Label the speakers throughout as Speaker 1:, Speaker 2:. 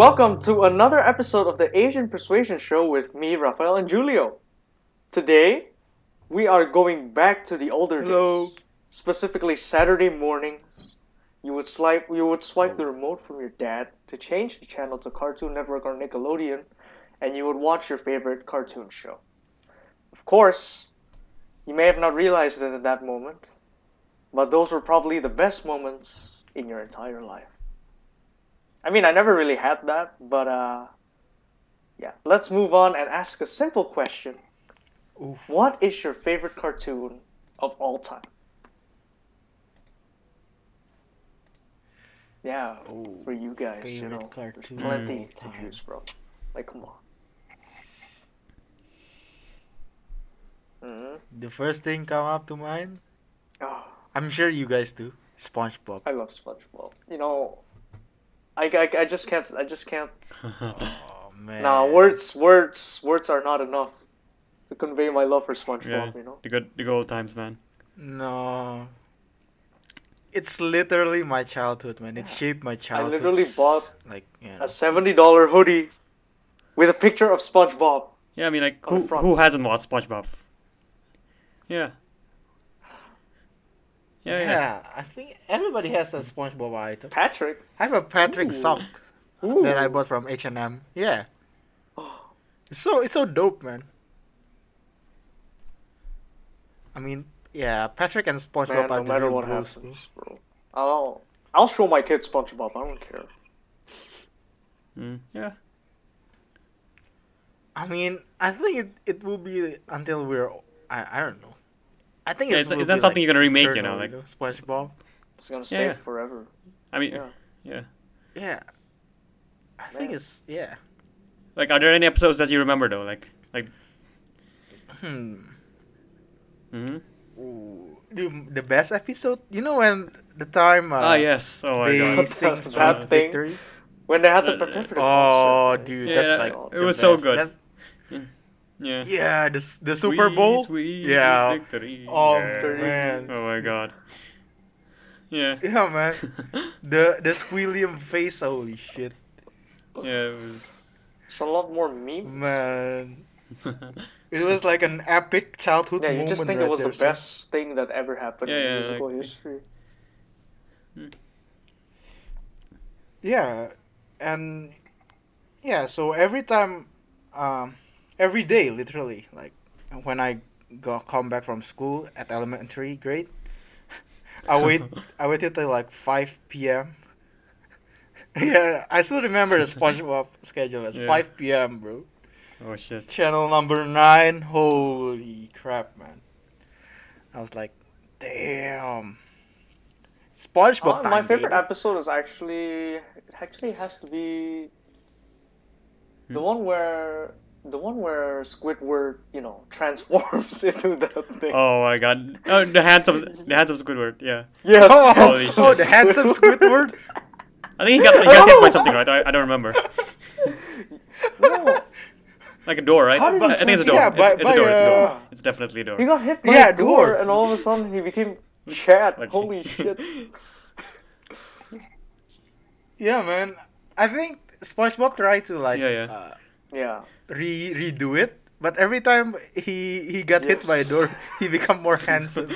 Speaker 1: Welcome to another episode of the Asian Persuasion Show with me, Rafael, and Julio. Today, we are going back to the older days. Specifically, Saturday morning, you would swipe you would swipe the remote from your dad to change the channel to Cartoon Network or Nickelodeon, and you would watch your favorite cartoon show. Of course, you may have not realized it at that moment, but those were probably the best moments in your entire life. I mean, I never really had that, but uh, yeah. Let's move on and ask a simple question.
Speaker 2: Oof.
Speaker 1: What is your favorite cartoon of all time? Yeah,
Speaker 2: Ooh,
Speaker 1: for you guys, you
Speaker 2: favorite
Speaker 1: know,
Speaker 2: cartoon
Speaker 1: there's plenty
Speaker 2: of all
Speaker 1: to choose
Speaker 2: time.
Speaker 1: from. Like, come on. hmm
Speaker 2: The first thing come up to mind,
Speaker 1: Oh,
Speaker 2: I'm sure you guys do. SpongeBob.
Speaker 1: I love SpongeBob. You know, I, I, I just can't I just can't
Speaker 2: Oh man.
Speaker 1: Nah, words, words, words are not enough to convey my love for SpongeBob.
Speaker 3: Yeah,
Speaker 1: You know,
Speaker 3: the good the good old times, man.
Speaker 2: No. It's literally my childhood, man. It
Speaker 1: Yeah.
Speaker 2: shaped my childhood.
Speaker 1: literally bought
Speaker 2: like yeah.
Speaker 1: a seventy-dollar hoodie with a picture of SpongeBob.
Speaker 3: Yeah, I mean, like
Speaker 1: On the
Speaker 3: who
Speaker 1: front.
Speaker 3: who hasn't watched SpongeBob? Yeah. Yeah,
Speaker 2: yeah,
Speaker 3: yeah.
Speaker 2: I think everybody has a SpongeBob item.
Speaker 1: Patrick.
Speaker 2: I have a Patrick
Speaker 1: Ooh.
Speaker 2: sock
Speaker 1: Ooh.
Speaker 2: that I bought from H and M. Yeah. It's so it's so dope, man. I mean, yeah, Patrick and
Speaker 1: Man,
Speaker 2: SpongeBob
Speaker 1: no
Speaker 2: are the
Speaker 1: matter
Speaker 2: real
Speaker 1: what
Speaker 2: bros,
Speaker 1: happens, bro. I'll I'll show my kids SpongeBob. I don't care.
Speaker 3: Mm, yeah.
Speaker 2: I mean, I think it, it will be until we're I, I don't know. I think
Speaker 3: Yeah,
Speaker 2: it's,
Speaker 3: it's-
Speaker 2: will
Speaker 3: it's not
Speaker 2: be,
Speaker 3: something
Speaker 2: like,
Speaker 3: you're gonna remake, you
Speaker 2: eternal,
Speaker 3: know, like-
Speaker 2: SpongeBob.
Speaker 1: It's gonna
Speaker 3: Yeah,
Speaker 1: stay
Speaker 3: yeah.
Speaker 1: forever.
Speaker 3: I mean,
Speaker 1: Yeah.
Speaker 2: Yeah, I think
Speaker 1: Man.
Speaker 2: it's yeah.
Speaker 3: like, are there any episodes that you remember though? Like, like,
Speaker 2: Hmm. Uh,
Speaker 3: mm-hmm.
Speaker 2: Ooh. The, the best episode, you know, when the time uh,
Speaker 3: ah yes. Oh my
Speaker 2: they
Speaker 3: god.
Speaker 2: sing
Speaker 1: That
Speaker 2: Sweet
Speaker 1: thing.
Speaker 2: victory.
Speaker 1: When they had
Speaker 3: Uh,
Speaker 1: to prepare for the
Speaker 2: Oh,
Speaker 1: concert,
Speaker 2: dude,
Speaker 3: Yeah,
Speaker 2: that's
Speaker 3: that-
Speaker 2: like
Speaker 1: it
Speaker 2: the
Speaker 3: was so
Speaker 2: best.
Speaker 3: good.
Speaker 2: That's-
Speaker 3: Yeah.
Speaker 2: yeah, the s- the Super
Speaker 3: Sweet,
Speaker 2: Bowl.
Speaker 3: sweet
Speaker 2: yeah.
Speaker 3: victory.
Speaker 2: Oh,
Speaker 3: Yeah.
Speaker 2: man.
Speaker 3: Oh my god. Yeah.
Speaker 2: Yeah, man. the the squillium face. Holy shit,
Speaker 3: yeah. It
Speaker 1: It's a lot more meme.
Speaker 2: man.
Speaker 3: was...
Speaker 2: It was like an epic childhood
Speaker 1: Yeah, you
Speaker 2: moment.
Speaker 1: just think
Speaker 2: right
Speaker 1: it was
Speaker 2: there,
Speaker 1: the
Speaker 2: son.
Speaker 1: best thing that ever happened
Speaker 3: Yeah,
Speaker 1: in
Speaker 3: yeah,
Speaker 1: musical
Speaker 3: like-
Speaker 1: history.
Speaker 2: Yeah, and yeah, so every time, um, every day, literally, like when I go come back from school at elementary grade, I wait, I waited till like five p.m. Yeah, I still remember the SpongeBob schedule. It's
Speaker 3: Yeah.
Speaker 2: five p.m., bro.
Speaker 3: oh shit.
Speaker 2: Channel number nine. Holy crap, man! I was like, damn.
Speaker 1: Uh,
Speaker 2: SpongeBob time.
Speaker 1: Oh, my favorite
Speaker 2: baby.
Speaker 1: episode is actually it actually has to be
Speaker 2: Hmm.
Speaker 1: the one where the one where Squidward you know transforms into that thing.
Speaker 3: Oh my god. Oh, the handsome, the handsome Squidward. Yeah.
Speaker 1: yeah.
Speaker 3: Holy
Speaker 2: Oh, oh,
Speaker 3: shit.
Speaker 2: the handsome Squidward.
Speaker 3: I think he got, he got hit by something, right? I, I don't remember.
Speaker 1: No,
Speaker 3: Like a door, right?
Speaker 1: How did
Speaker 3: I, I think it's a door.
Speaker 2: Yeah, by-
Speaker 3: it's, it's
Speaker 2: by,
Speaker 3: a door. It's a door.
Speaker 2: uh,
Speaker 3: It's definitely a door.
Speaker 1: he got hit by
Speaker 2: Yeah,
Speaker 1: a door,
Speaker 2: door.
Speaker 1: and all of a sudden he became Chad.
Speaker 3: Like-
Speaker 1: Holy shit!
Speaker 2: Yeah, man. I think SpongeBob tried to like
Speaker 3: Yeah, yeah.
Speaker 2: Uh,
Speaker 1: Yeah.
Speaker 2: re redo it, but every time he he got hit by a
Speaker 1: Yes.
Speaker 2: door, he become more handsome.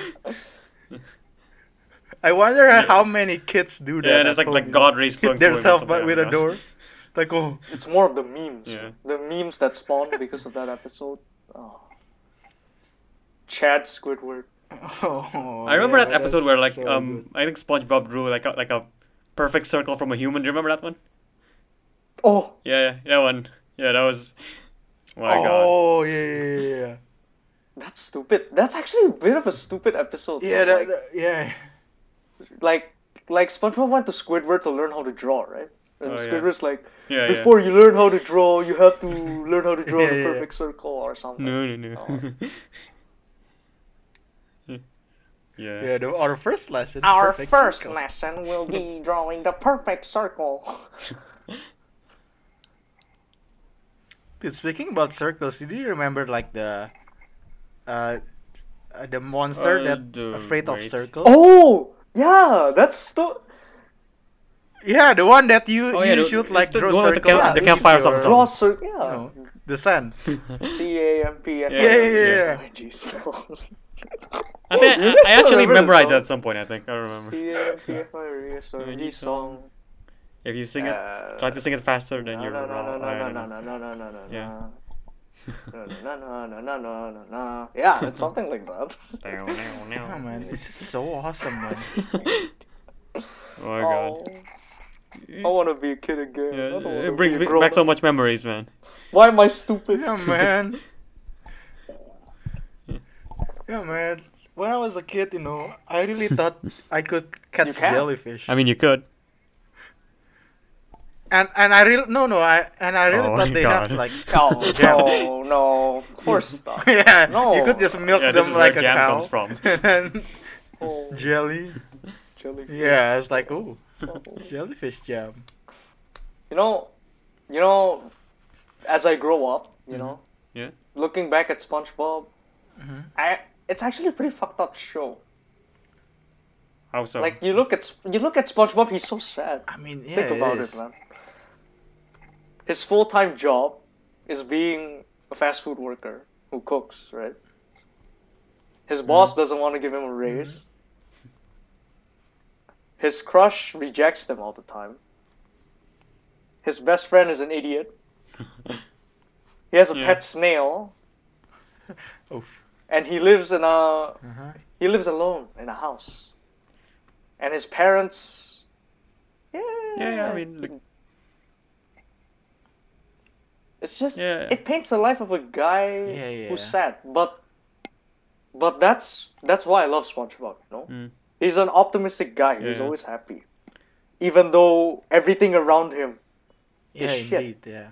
Speaker 2: I wonder how many kids do that.
Speaker 3: yeah, and it's like
Speaker 2: at
Speaker 3: like
Speaker 2: home.
Speaker 3: God rays
Speaker 2: hit
Speaker 3: flowing through him or
Speaker 2: themselves but
Speaker 3: something, I
Speaker 2: with a
Speaker 3: don't know.
Speaker 2: door. Like oh,
Speaker 1: It's more of the memes.
Speaker 3: Yeah.
Speaker 1: The memes that spawned because of that episode. Oh. Chad Squidward.
Speaker 3: I remember that episode where like um I think SpongeBob drew like a, like a perfect circle from a human. Do you remember that one?
Speaker 1: Oh,
Speaker 3: Yeah, yeah, that one. Yeah, that was. Oh my god.
Speaker 2: oh yeah, yeah, yeah, yeah.
Speaker 1: that's stupid. That's actually a bit of a stupid episode.
Speaker 2: Yeah,
Speaker 1: though,
Speaker 2: that,
Speaker 1: like-
Speaker 2: that- yeah.
Speaker 1: like like SpongeBob went to Squidward to learn how to draw, right? And
Speaker 3: Oh, yeah.
Speaker 1: Squidward's like,
Speaker 3: Yeah, yeah.
Speaker 1: before you learn how to draw, you have to learn how to draw
Speaker 2: Yeah,
Speaker 1: the
Speaker 2: yeah, yeah.
Speaker 1: perfect circle or something.
Speaker 3: No, no, no. yeah.
Speaker 2: Yeah, the, our first lesson.
Speaker 1: Our
Speaker 2: perfect
Speaker 1: first
Speaker 2: circle.
Speaker 1: lesson will be drawing the perfect circle.
Speaker 2: Dude, speaking about circles, do you remember like the, uh, uh the monster
Speaker 3: Uh,
Speaker 2: that
Speaker 3: the
Speaker 2: afraid of
Speaker 3: wait.
Speaker 2: circles?
Speaker 1: Oh yeah, that's so.
Speaker 2: Yeah, the one that you
Speaker 3: Oh,
Speaker 2: you
Speaker 3: yeah, the-
Speaker 2: shoot
Speaker 3: it's
Speaker 2: like
Speaker 3: the-
Speaker 2: draw
Speaker 3: the one with the
Speaker 2: circle
Speaker 1: camp-
Speaker 2: and
Speaker 1: the
Speaker 2: you
Speaker 3: campfire
Speaker 2: shoot your-
Speaker 3: song.
Speaker 1: Raw cir-
Speaker 2: you
Speaker 1: yeah.
Speaker 2: know, the sun.
Speaker 1: C A M P F.
Speaker 3: Yeah,
Speaker 2: Yeah, yeah, yeah.
Speaker 3: yeah.
Speaker 1: Oh, jeez.
Speaker 3: I think I,
Speaker 1: You
Speaker 3: I
Speaker 1: guys still
Speaker 3: actually
Speaker 1: remember the
Speaker 3: memorized
Speaker 1: song?
Speaker 3: that at some point. I think I don't remember.
Speaker 1: C A M P F I R E S O
Speaker 3: Yeah,
Speaker 1: N
Speaker 3: you
Speaker 1: E song.
Speaker 3: If you sing it,
Speaker 1: Uh,
Speaker 3: try to sing it faster than
Speaker 1: No,
Speaker 3: you're
Speaker 1: no, no,
Speaker 3: wrong.
Speaker 1: no,
Speaker 3: I
Speaker 1: no,
Speaker 3: don't
Speaker 1: no, no,
Speaker 3: know.
Speaker 1: no, no, no, no,
Speaker 3: Yeah.
Speaker 1: no. No, no, no, no, no, no, no, no. Yeah, it's something like that.
Speaker 3: Down, down, down.
Speaker 2: Oh man, this is so awesome, man.
Speaker 3: Oh my god.
Speaker 1: I want to be a kid again. I
Speaker 3: Yeah,
Speaker 1: don't wanna
Speaker 3: it brings
Speaker 1: be oh, a
Speaker 3: me back so
Speaker 1: grown-up.
Speaker 3: much memories, man.
Speaker 1: Why am I stupid?
Speaker 2: Yeah, man. Yeah, man. When I was a kid, you know, I really thought I could catch
Speaker 1: can.
Speaker 2: jellyfish.
Speaker 3: I mean, you could.
Speaker 2: and and I really no no I and I really
Speaker 3: Oh
Speaker 2: thought
Speaker 3: my
Speaker 2: they
Speaker 3: God.
Speaker 2: have like
Speaker 1: Oh,
Speaker 2: jam.
Speaker 1: no, no, of course not.
Speaker 2: yeah,
Speaker 1: No.
Speaker 2: you could just milk
Speaker 3: Yeah,
Speaker 2: them
Speaker 3: this is where
Speaker 2: like a
Speaker 3: jam
Speaker 2: cow.
Speaker 3: comes from.
Speaker 2: and then
Speaker 1: Oh,
Speaker 2: jelly.
Speaker 1: jelly.
Speaker 2: Yeah, I was like, ooh,
Speaker 1: Oh.
Speaker 2: jellyfish jam.
Speaker 1: You know, you know, as I grow up, you
Speaker 2: Mm-hmm.
Speaker 1: know,
Speaker 3: Yeah.
Speaker 1: looking back at SpongeBob,
Speaker 2: Mhm.
Speaker 1: I it's actually a pretty fucked up show.
Speaker 3: How so?
Speaker 1: Like you look at Sp- you look at SpongeBob, he's so sad.
Speaker 2: I mean, yeah,
Speaker 1: Think about
Speaker 2: is.
Speaker 1: it, man. His full time job is being a fast food worker who cooks, right? His boss doesn't want to give him a raise. His crush rejects them all the time. His best friend is an idiot. he has a
Speaker 3: Yeah.
Speaker 1: pet snail,
Speaker 2: Oof.
Speaker 1: and he lives in a
Speaker 2: Uh-huh.
Speaker 1: he lives alone in a house. And his parents. Yeah.
Speaker 3: yeah, yeah, I mean, like,
Speaker 1: It's just
Speaker 3: Yeah.
Speaker 1: it paints the life of a guy
Speaker 2: Yeah, yeah.
Speaker 1: who's sad, but but that's that's why I love SpongeBob. You know,
Speaker 3: Mm.
Speaker 1: he's an optimistic guy. He's
Speaker 3: Yeah.
Speaker 1: always happy, even though everything around him.
Speaker 2: Yeah,
Speaker 1: shit.
Speaker 2: indeed. Yeah.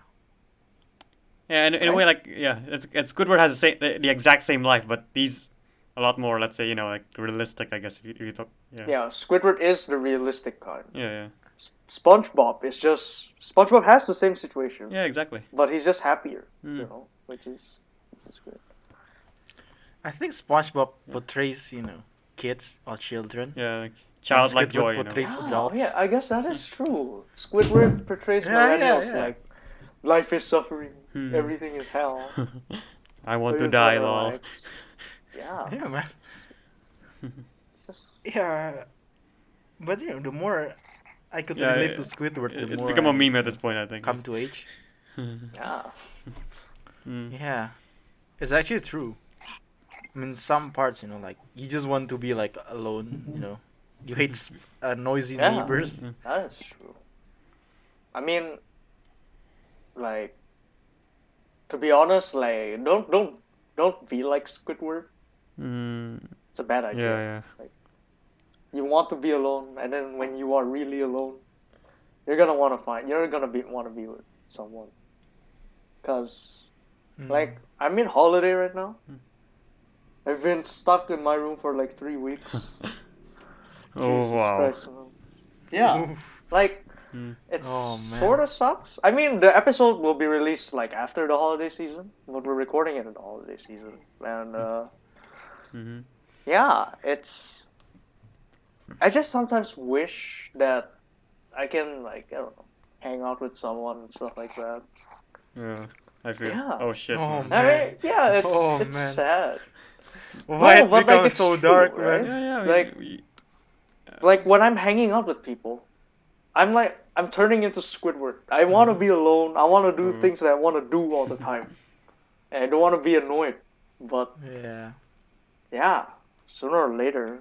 Speaker 3: yeah, in, in a way, like, yeah, it's it's Squidward has the same, the, the exact same life, but he's a lot more, let's say, you know, like realistic, I guess. If you, if you talk, yeah, yeah,
Speaker 1: Yeah, Squidward is the realistic kind.
Speaker 3: yeah,
Speaker 1: S- SpongeBob is just SpongeBob has the same situation,
Speaker 3: yeah, exactly.
Speaker 1: but he's just happier. You
Speaker 3: Mm.
Speaker 1: know, which is it's good.
Speaker 2: I think SpongeBob portrays you know kids or children.
Speaker 3: Yeah, like, childlike
Speaker 2: Squidward
Speaker 3: joy. You know?
Speaker 2: portrays
Speaker 1: Ah,
Speaker 2: adults.
Speaker 1: yeah, I guess that is true. Squidward portrays
Speaker 2: Yeah, yeah,
Speaker 1: millennials
Speaker 2: yeah.
Speaker 1: like life is suffering,
Speaker 3: Hmm.
Speaker 1: everything is hell.
Speaker 3: I want
Speaker 1: It
Speaker 3: to
Speaker 1: is
Speaker 3: die,
Speaker 1: not
Speaker 3: lol.
Speaker 1: alive. Yeah.
Speaker 2: Yeah, man.
Speaker 1: Just,
Speaker 2: Yeah, but you know, the more I could
Speaker 3: Yeah,
Speaker 2: relate
Speaker 3: yeah.
Speaker 2: to Squidward,
Speaker 3: It-
Speaker 2: the
Speaker 3: It's
Speaker 2: more
Speaker 3: become a
Speaker 2: I
Speaker 3: meme at this point, I think.
Speaker 2: Come to age.
Speaker 1: yeah.
Speaker 3: Mm.
Speaker 2: Yeah, it's actually true. I mean, some parts, you know, like you just want to be like alone. You know, you hate s- uh, noisy
Speaker 1: Yeah.
Speaker 2: neighbors.
Speaker 1: That is true. I mean, like, to be honest, like, don't don't don't be like Squidward.
Speaker 3: Mm.
Speaker 1: It's a bad
Speaker 3: Yeah,
Speaker 1: idea.
Speaker 3: yeah.
Speaker 1: You want to be alone, and then when you are really alone, you're gonna want to find. You're gonna be want to be with someone. Cause,
Speaker 2: Mm.
Speaker 3: Hmm.
Speaker 1: like, I'm in holiday right now. I've been stuck in my room for like three weeks.
Speaker 3: Oh
Speaker 1: Jesus
Speaker 3: wow.
Speaker 1: Christ, man. Yeah.
Speaker 2: Oof.
Speaker 1: like
Speaker 3: Mm.
Speaker 1: it's
Speaker 2: Oh, man.
Speaker 1: sort of sucks. I mean, the episode will be released like after the holiday season, but we're recording it in the holiday season, and
Speaker 2: Hmm.
Speaker 1: uh,
Speaker 3: Mhm.
Speaker 1: yeah, it's. I just sometimes wish that I can like I don't know, hang out with someone and stuff like that.
Speaker 3: Yeah. I feel.
Speaker 1: Yeah.
Speaker 3: Oh shit.
Speaker 1: I
Speaker 2: Oh, Man.
Speaker 1: mean, yeah, it's,
Speaker 2: Oh,
Speaker 1: it's
Speaker 2: man.
Speaker 1: sad.
Speaker 2: Why
Speaker 1: No, but,
Speaker 2: it
Speaker 1: like,
Speaker 2: become
Speaker 1: it's
Speaker 2: so
Speaker 1: true,
Speaker 2: dark,
Speaker 1: right?
Speaker 2: man?
Speaker 3: Yeah, yeah. I mean,
Speaker 1: Like-
Speaker 3: we-
Speaker 1: Like when I'm hanging out with people, I'm like I'm turning into Squidward. I want
Speaker 2: Hmm.
Speaker 1: to be alone. I want to do things that I want to do all the time, and I don't want to be annoyed. But
Speaker 2: Yeah.
Speaker 1: Yeah, sooner or later,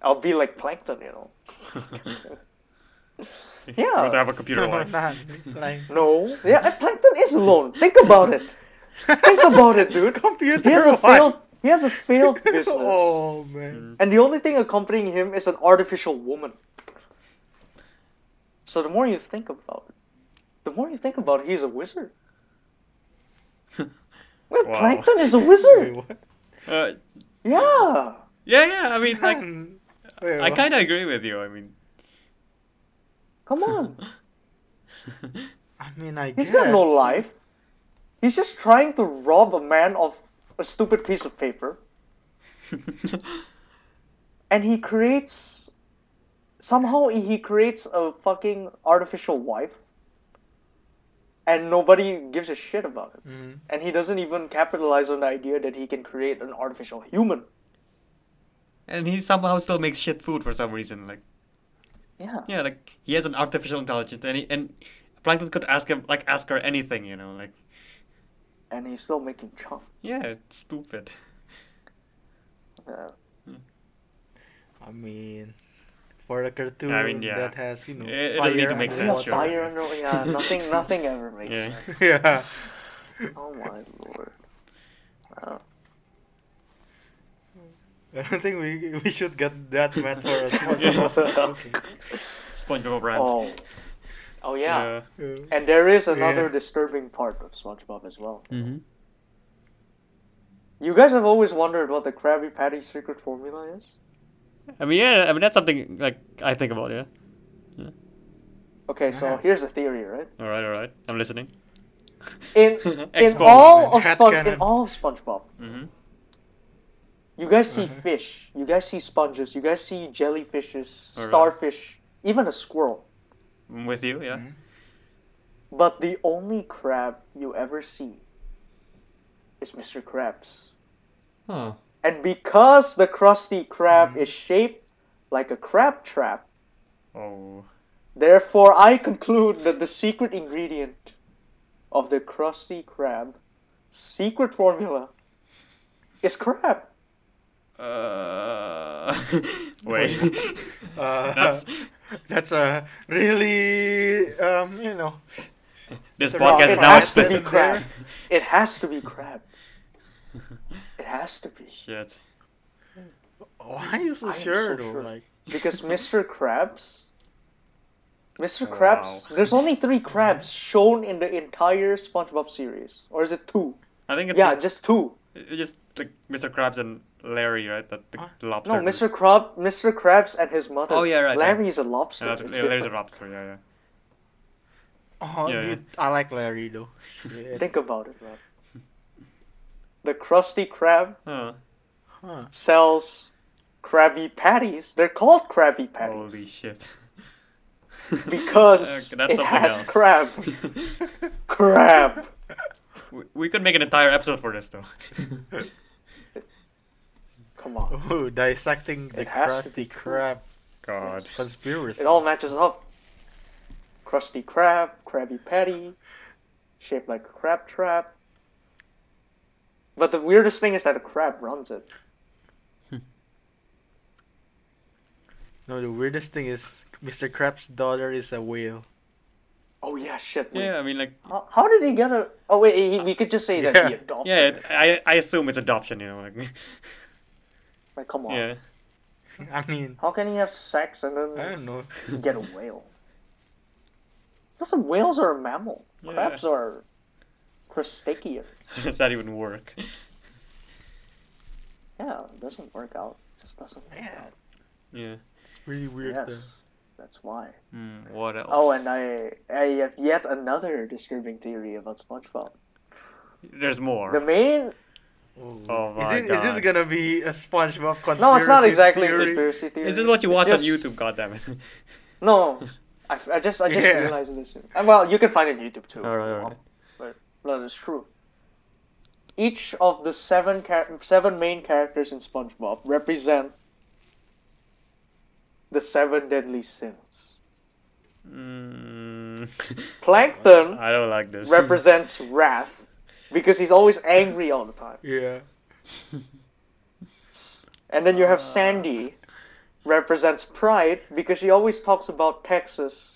Speaker 1: I'll be like plankton, you know.
Speaker 3: you
Speaker 1: Yeah.
Speaker 3: have to have a computer
Speaker 2: No,
Speaker 3: life.
Speaker 2: not like
Speaker 1: No, yeah, and plankton is alone. Think about it. Think about it, dude. He has
Speaker 2: computer
Speaker 1: a failed.
Speaker 2: life.
Speaker 1: He has a failed business,
Speaker 2: oh man.
Speaker 1: and the only thing accompanying him is an artificial woman. So the more you think about it, the more you think about it, he's a wizard. Well,
Speaker 3: Wow.
Speaker 1: Plankton is a
Speaker 2: Wait,
Speaker 3: Mm.
Speaker 1: wizard.
Speaker 2: what?
Speaker 3: Uh,
Speaker 1: Yeah.
Speaker 3: yeah, yeah. I mean, like,
Speaker 2: Wait,
Speaker 3: I
Speaker 2: what?
Speaker 3: kind of agree with you. I mean,
Speaker 1: Come on.
Speaker 2: I mean, I
Speaker 1: He's
Speaker 2: guess.
Speaker 1: got no life. He's just trying to rob a man of a stupid piece of paper, and he creates somehow he creates a fucking artificial wife and nobody gives a shit about it.
Speaker 3: Mm.
Speaker 2: Mhm.
Speaker 1: And he doesn't even capitalize on the idea that he can create an artificial human.
Speaker 3: and he somehow still makes shit food for some reason. Like
Speaker 1: Yeah.
Speaker 3: yeah, like he has an artificial intelligence, and he, and Plankton could ask him like ask her anything, you know, like
Speaker 1: And he's still making chunk.
Speaker 3: yeah, it's stupid.
Speaker 1: Yeah.
Speaker 2: I mean, for a cartoon
Speaker 3: I mean, yeah.
Speaker 2: that has you know
Speaker 3: It- it doesn't Oh, need
Speaker 2: fire
Speaker 3: to make
Speaker 2: under
Speaker 3: sense,
Speaker 1: Yeah,
Speaker 2: it.
Speaker 3: sure.
Speaker 1: fire under- yeah, nothing, nothing ever makes
Speaker 3: Yeah.
Speaker 1: sense.
Speaker 2: yeah.
Speaker 1: Oh my lord. Wow.
Speaker 2: I don't think we we should get that mad for us.
Speaker 3: SpongeBob rant.
Speaker 1: Oh. Oh yeah.
Speaker 2: Yeah.
Speaker 1: And there is another
Speaker 2: Yeah.
Speaker 1: disturbing part of SpongeBob as well.
Speaker 3: Mm-hmm.
Speaker 1: You guys have always wondered what the Krabby Patty secret formula is?
Speaker 3: I mean, yeah, I mean that's something like I think about. Yeah.
Speaker 1: Okay, so
Speaker 2: Yeah.
Speaker 1: here's the theory, right?
Speaker 3: All right, all right. I'm listening.
Speaker 1: In in
Speaker 3: Exposed.
Speaker 1: all of
Speaker 2: Hat
Speaker 1: Spon- in
Speaker 2: cannon.
Speaker 1: all of SpongeBob,
Speaker 3: Mm-hmm.
Speaker 1: you guys see
Speaker 2: Mhm.
Speaker 1: fish, you guys see sponges, you guys see jellyfishes,
Speaker 2: Oh,
Speaker 3: Alright.
Speaker 1: starfish, even a squirrel.
Speaker 3: I'm with you. Yeah.
Speaker 1: But the only crab you ever see is Mr. Krabs.
Speaker 3: Huh.
Speaker 1: And because the Krusty Krab
Speaker 2: Mm-hmm.
Speaker 1: is shaped like a crab trap,
Speaker 3: Oh.
Speaker 1: therefore I conclude that the secret ingredient of the Krusty Krab secret formula is crab.
Speaker 3: Uh. Wait.
Speaker 2: Uh,
Speaker 3: That's
Speaker 2: that's a really um you know
Speaker 3: this
Speaker 2: the
Speaker 3: podcast is
Speaker 1: it
Speaker 2: rocket
Speaker 3: now
Speaker 1: has to be
Speaker 3: explicit.
Speaker 1: crab. It has to be crab. It has to be.
Speaker 3: Shit.
Speaker 2: why are you so
Speaker 1: I am so
Speaker 2: sure though?
Speaker 1: sure.
Speaker 2: Like
Speaker 1: Because Mr. Krabs. Mr.
Speaker 3: Oh,
Speaker 1: Krabs.
Speaker 3: wow.
Speaker 1: There's only three crabs shown in the entire SpongeBob series. Or is it two?
Speaker 3: I think it's
Speaker 1: yeah,
Speaker 3: just,
Speaker 1: just two.
Speaker 3: it's just like Mr. Krabs and Larry, right? That the
Speaker 2: Huh?
Speaker 3: lobster.
Speaker 1: No, Mr. Krab, Mr. Krabs and his mother.
Speaker 3: Oh, yeah, right, right.
Speaker 1: Larry is a lobster.
Speaker 3: Yeah, that's,
Speaker 1: It's
Speaker 3: yeah, Larry's a
Speaker 1: different.
Speaker 3: lobster. Yeah, yeah.
Speaker 2: oh
Speaker 3: Yeah,
Speaker 2: dude, I like Larry though. Shit.
Speaker 1: Think about it, man. The Krusty Krab
Speaker 3: Huh.
Speaker 2: Huh.
Speaker 1: sells Krabby Patties. They're called Krabby Patties
Speaker 3: Holy shit.
Speaker 1: because
Speaker 3: Okay, that's
Speaker 1: it
Speaker 3: something
Speaker 1: has
Speaker 3: else.
Speaker 1: crab. crab.
Speaker 3: we, we could make an entire episode for this though.
Speaker 1: Come on.
Speaker 2: Oh, dissecting the
Speaker 1: It has to
Speaker 2: crusty crab
Speaker 3: God.
Speaker 2: conspiracy.
Speaker 1: It all matches up. Krusty Krab, Krabby Patty, shaped like a crab trap. But the weirdest thing is that a crab runs it.
Speaker 2: No, the weirdest thing is Mr. Krabs' daughter is a whale.
Speaker 1: Oh yeah, shit. wait.
Speaker 3: Yeah, I mean like
Speaker 1: How, how did he get a? Oh wait, he, we could just say that he
Speaker 2: Yeah.
Speaker 1: adopted.
Speaker 3: yeah,
Speaker 1: her.
Speaker 3: it, I I assume it's adoption, you know, like
Speaker 1: Like come on.
Speaker 3: yeah.
Speaker 2: I mean,
Speaker 1: How can he have sex and
Speaker 2: I
Speaker 1: then
Speaker 2: don't know.
Speaker 1: get a whale? Listen, whales are a mammal.
Speaker 3: Yeah.
Speaker 1: Crabs are crustacean.
Speaker 3: How does that even work?
Speaker 1: Yeah, it doesn't work out. It just doesn't work
Speaker 2: Yeah,
Speaker 1: out.
Speaker 3: Yeah.
Speaker 2: it's really weird.
Speaker 1: Yes,
Speaker 2: though.
Speaker 1: that's why.
Speaker 3: Hmm, what else?
Speaker 1: Oh, and I I have yet another disturbing theory about SpongeBob.
Speaker 3: there's more.
Speaker 1: The main
Speaker 3: Oh
Speaker 2: is,
Speaker 3: my
Speaker 2: this, is this
Speaker 3: God.
Speaker 2: gonna be a SpongeBob conspiracy?
Speaker 1: no, it's not exactly a
Speaker 2: theory?
Speaker 1: conspiracy theory.
Speaker 3: Is this what you
Speaker 1: It's
Speaker 3: watch on
Speaker 1: just-
Speaker 3: YouTube? God damn it.
Speaker 1: No, I, I just I just
Speaker 2: Yeah.
Speaker 1: realized this. Uh, Well, you can find it on YouTube too.
Speaker 3: All right, all right.
Speaker 1: But no, it's true. Each of the seven char- seven main characters in SpongeBob represent the seven deadly sins.
Speaker 3: Mm,
Speaker 1: Plankton
Speaker 3: I don't like this.
Speaker 1: represents wrath because he's always angry all the time.
Speaker 2: Yeah.
Speaker 1: And then you have Sandy, represents pride because she always talks about Texas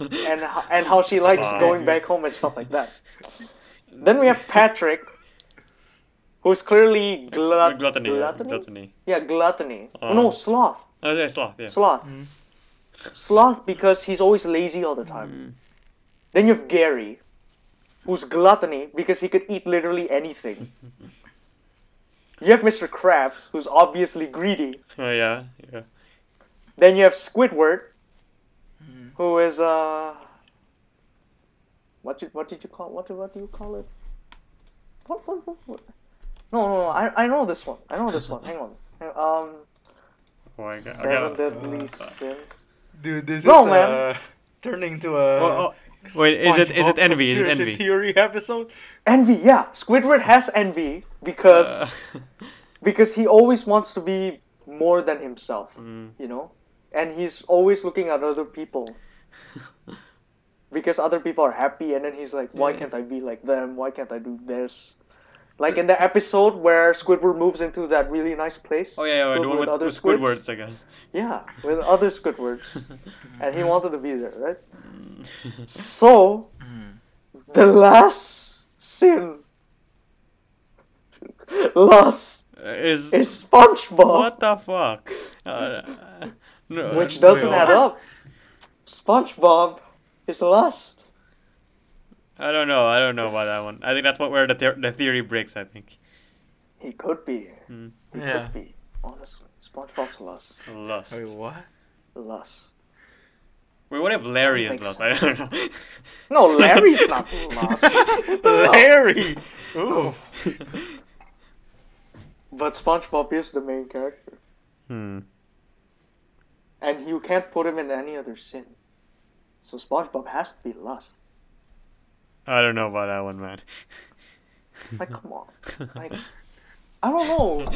Speaker 1: and ho- and how she likes
Speaker 3: Wow.
Speaker 1: going back home and stuff like that. Then we have Patrick, who's clearly glut-
Speaker 3: gluttony. yeah,
Speaker 1: gluttony?
Speaker 3: Gluttony.
Speaker 1: Yeah, gluttony.
Speaker 3: Oh.
Speaker 1: No, sloth.
Speaker 3: Oh, yeah, sloth. Yeah.
Speaker 1: Sloth.
Speaker 2: Mm.
Speaker 1: Sloth because he's always lazy all the time. Then you have Gary, who's gluttony because he could eat literally anything. you have Mr. Krabs, who's obviously greedy.
Speaker 3: Oh yeah. Yeah.
Speaker 1: Then you have Squidward,
Speaker 3: Hmm.
Speaker 1: who is uh, what did what did you call what did, what do you call it? What what what? what? No, no, no, I I know this one. I know this one. Hang on. Hang- Um,
Speaker 3: Oh, I got, I
Speaker 1: Seven
Speaker 3: got,
Speaker 1: deadly
Speaker 3: uh,
Speaker 1: sins.
Speaker 2: Dude, this
Speaker 1: No,
Speaker 2: is
Speaker 1: man.
Speaker 2: uh, turning to a.
Speaker 3: Oh, oh, wait, is it- is it
Speaker 2: SpongeBob
Speaker 3: envy? Is it
Speaker 2: conspiracy
Speaker 3: envy?
Speaker 2: theory episode?
Speaker 1: Envy, yeah. Squidward has envy because
Speaker 3: uh,
Speaker 1: because he always wants to be more than himself,
Speaker 3: mm,
Speaker 1: you know? And he's always looking at other people. because other people are happy and then he's like, Why can't I be like them? Why can't I do this? Like in the episode where Squidward moves into that really nice place.
Speaker 3: oh yeah, yeah,
Speaker 1: filled
Speaker 3: the one with, with
Speaker 1: squids.
Speaker 3: Squidwards, I guess.
Speaker 1: Yeah, with other Squidwards. and he wanted to be there, right? So, the last sin. Last
Speaker 3: Uh, is
Speaker 1: is SpongeBob,
Speaker 3: what the fuck? Uh, no, uh,
Speaker 1: which doesn't
Speaker 2: Wait,
Speaker 1: add
Speaker 2: what?
Speaker 1: up. SpongeBob is lust.
Speaker 3: I don't know. I don't know about that one. I think that's what where the ther- the theory breaks. I think
Speaker 1: He could be.
Speaker 3: Hmm.
Speaker 1: He
Speaker 2: Yeah.
Speaker 1: could be. Honestly, SpongeBob's lust.
Speaker 3: lust.
Speaker 2: Wait, what?
Speaker 1: Lust.
Speaker 3: Wait, what if Larry is
Speaker 1: Makes
Speaker 3: lost? I don't know.
Speaker 1: No, Larry's not lust.
Speaker 2: Larry! Ooh.
Speaker 1: But SpongeBob is the main character,
Speaker 3: hmm.
Speaker 1: and you can't put him in any other sin. So SpongeBob has to be lust.
Speaker 3: I don't know about that one, man.
Speaker 1: Like, come on. Like, I don't know.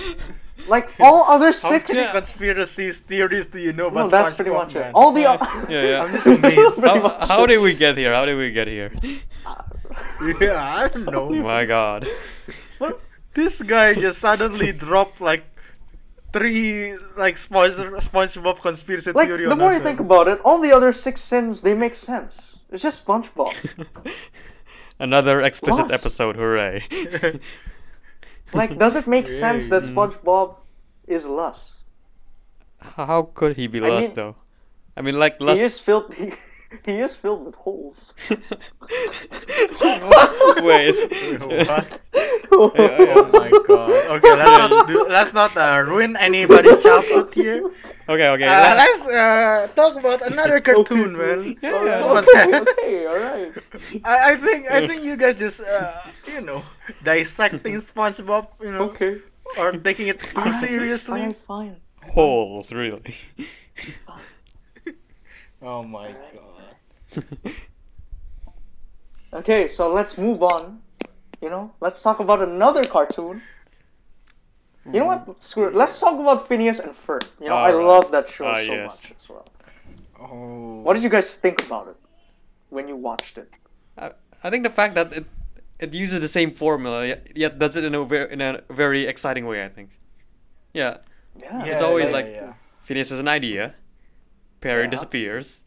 Speaker 1: Like all other
Speaker 2: How
Speaker 1: six.
Speaker 2: many conspiracy theories do you know
Speaker 1: No,
Speaker 2: about
Speaker 1: that's pretty much
Speaker 2: SpongeBob,
Speaker 1: it.
Speaker 2: man?
Speaker 1: All the.
Speaker 3: Yeah, yeah.
Speaker 2: I'm just amazed.
Speaker 1: Pretty
Speaker 3: How,
Speaker 1: much
Speaker 3: how
Speaker 1: it.
Speaker 3: did we get here? How did we get here?
Speaker 2: Yeah, I don't know.
Speaker 3: My God.
Speaker 2: This guy just suddenly dropped like three like Sponge, SpongeBob conspiracy
Speaker 1: Like
Speaker 2: theory
Speaker 1: the
Speaker 2: on
Speaker 1: more
Speaker 2: us,
Speaker 1: you think
Speaker 2: man.
Speaker 1: about it, all the other six sins they make sense. It's just SpongeBob.
Speaker 3: Another explicit
Speaker 1: Lost.
Speaker 3: episode. Hooray!
Speaker 1: Like, does it make sense that
Speaker 3: Really?
Speaker 1: SpongeBob is lust?
Speaker 3: How could he be
Speaker 1: I
Speaker 3: lost
Speaker 1: mean-
Speaker 3: though? I mean, like lust.
Speaker 1: He is filled. He, he is filled with holes.
Speaker 3: Wait.
Speaker 2: What?
Speaker 3: yeah.
Speaker 2: Oh my god. Okay, let's not, do, let's not uh, ruin anybody's childhood here.
Speaker 3: Okay, okay.
Speaker 2: Uh,
Speaker 3: let-
Speaker 2: let's uh, talk about another cartoon, man.
Speaker 3: Yeah,
Speaker 1: All right,
Speaker 3: yeah.
Speaker 1: okay, okay, all right.
Speaker 2: I, I think I think you guys just uh, you know dissecting SpongeBob, you know,
Speaker 1: Okay.
Speaker 2: or taking it too seriously.
Speaker 1: Fine, fine.
Speaker 3: holes, really.
Speaker 2: Oh my god.
Speaker 1: Okay, so let's move on. You know, let's talk about another cartoon. You know what? Screw it. Let's talk about Phineas and Ferb. You know, I
Speaker 3: Alright.
Speaker 1: love that show
Speaker 3: Ah,
Speaker 1: so
Speaker 3: yes.
Speaker 1: much as well.
Speaker 2: Oh.
Speaker 1: What did you guys think about it when you watched it?
Speaker 3: I, I think the fact that it it uses the same formula yet, yet does it in a very in a very exciting way. I think. Yeah,
Speaker 1: Yeah.
Speaker 3: It's always like-
Speaker 2: yeah.
Speaker 3: Phineas has an idea. Perry
Speaker 1: Yeah.
Speaker 3: disappears.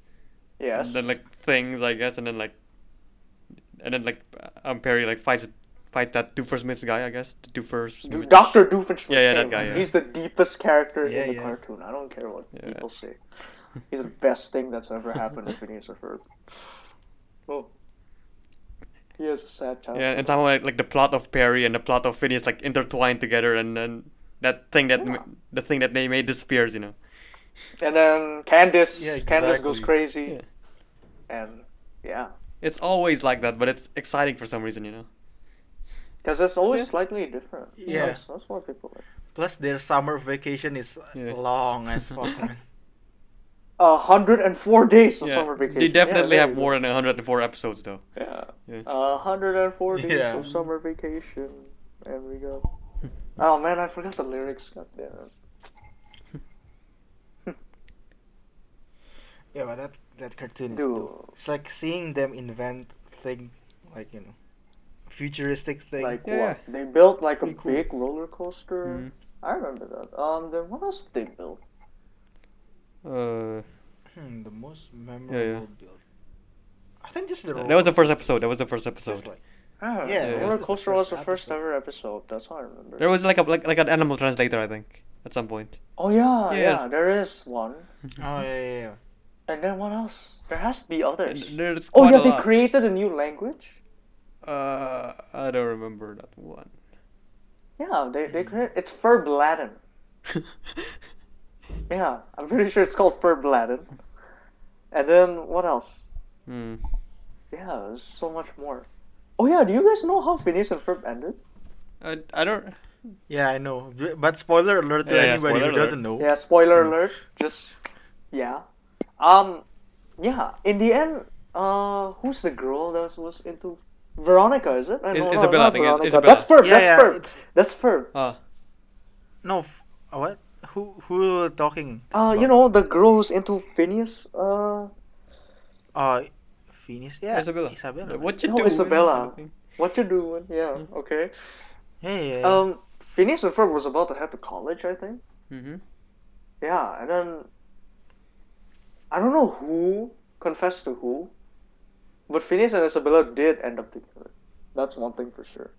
Speaker 1: yes.
Speaker 3: Then like things, I guess, and then like, and then like, um, Perry like fights fights that Doofenshmirtz guy, I guess, the Doofenshmirtz.
Speaker 1: Doctor Doofenshmirtz.
Speaker 3: Yeah, yeah, that
Speaker 1: hey,
Speaker 3: guy, yeah.
Speaker 1: He's the deepest character
Speaker 2: Yeah,
Speaker 1: in the
Speaker 2: yeah.
Speaker 1: cartoon. I don't care what
Speaker 3: Yeah.
Speaker 1: people say. He's the best thing that's ever happened to Phineas and Ferb. Oh. He has a sad child.
Speaker 3: Yeah, and somehow like, like the plot of Perry and the plot of Phineas like intertwined together, and then that thing that
Speaker 1: Yeah.
Speaker 3: the thing that they made disappears, you know.
Speaker 1: And then Candace,
Speaker 2: Yeah,
Speaker 1: Candace goes
Speaker 2: exactly.
Speaker 1: crazy, and yeah,
Speaker 3: It's always like that, but it's exciting for some reason, you know.
Speaker 1: because it's always
Speaker 3: Yeah.
Speaker 1: slightly different.
Speaker 2: Yeah.
Speaker 1: that's, that's what people like.
Speaker 2: Plus, their summer vacation is
Speaker 3: Yeah.
Speaker 2: long as fuck. man.
Speaker 1: A hundred and four days of
Speaker 3: yeah,
Speaker 1: summer vacation.
Speaker 3: they definitely
Speaker 1: Yeah, there
Speaker 3: have
Speaker 1: you go.
Speaker 3: more than 104 episodes though.
Speaker 1: Yeah,
Speaker 3: Yeah.
Speaker 1: a hundred and four days
Speaker 2: Yeah.
Speaker 1: of summer vacation, and we got. Oh man, I forgot the lyrics. God damn. it.
Speaker 2: yeah, but that that cartoon is
Speaker 1: Dude.
Speaker 2: dope. It's like seeing them invent thing, like you know, futuristic thing.
Speaker 1: Like
Speaker 3: Yeah.
Speaker 1: what? They built like a
Speaker 2: Pretty cool.
Speaker 1: big roller coaster.
Speaker 3: Mhm.
Speaker 1: I remember that. Um, then what else did they build?
Speaker 3: Uh,
Speaker 2: hmm, the most memorable
Speaker 3: yeah.
Speaker 2: build. I think this is the.
Speaker 3: Uh, that was the first episode. That was the first episode.
Speaker 2: Like,
Speaker 1: Ah,
Speaker 2: Yeah,
Speaker 1: roller
Speaker 3: this
Speaker 2: was the
Speaker 1: coaster
Speaker 2: first
Speaker 1: was the first
Speaker 2: episode.
Speaker 1: ever episode. That's how I remember.
Speaker 3: There was like a like, like an animal translator, I think, at some point.
Speaker 1: Oh yeah,
Speaker 3: Yeah.
Speaker 1: yeah, there is one.
Speaker 2: oh yeah, yeah, yeah.
Speaker 1: And then what else? There has to be others.
Speaker 3: And There's
Speaker 1: oh
Speaker 3: quite
Speaker 1: yeah,
Speaker 3: a
Speaker 1: they
Speaker 3: lot.
Speaker 1: created a new language.
Speaker 3: uh, I don't remember that one.
Speaker 1: Yeah, they they created. It's Ferb Latin. Yeah, I'm pretty sure it's called Ferb Latin. And then what else?
Speaker 3: Hmm.
Speaker 1: Yeah, there's so much more. Oh yeah, do you guys know how Phineas and Ferb ended?
Speaker 3: I, I don't.
Speaker 2: Yeah, I know. But spoiler alert to
Speaker 3: Yeah, yeah,
Speaker 2: anybody who
Speaker 3: spoiler
Speaker 2: doesn't know.
Speaker 1: Yeah, spoiler alert. Just yeah. Um yeah, in the end, uh who's the girl that was into Veronica, is it? I
Speaker 3: Is-
Speaker 1: no, no,
Speaker 3: Isabella,
Speaker 1: not
Speaker 3: I think it's
Speaker 1: Veronica.
Speaker 3: Isabella.
Speaker 1: That's Ferb,
Speaker 2: Yeah,
Speaker 1: that's
Speaker 2: yeah,
Speaker 1: Ferb.
Speaker 2: it's-
Speaker 1: That's Ferb.
Speaker 3: Ah,
Speaker 2: No, f- uh, what? Who who are talking?
Speaker 1: Uh you
Speaker 2: about?
Speaker 1: know the girl who's into Phineas? Uh
Speaker 2: Uh, Phoenix. Yeah,
Speaker 3: Isabella.
Speaker 2: Isabella.
Speaker 3: What you
Speaker 1: No,
Speaker 3: doing?
Speaker 1: Oh, Isabella. what you doing? Yeah,
Speaker 3: Hmm.
Speaker 1: okay.
Speaker 2: Yeah, yeah. yeah.
Speaker 1: Um Phineas and Ferb was about to head to college, I think.
Speaker 3: Mm-hmm.
Speaker 1: Yeah, and then I don't know who confessed to who, but Phineas and Isabella did end up together. That's one thing for sure.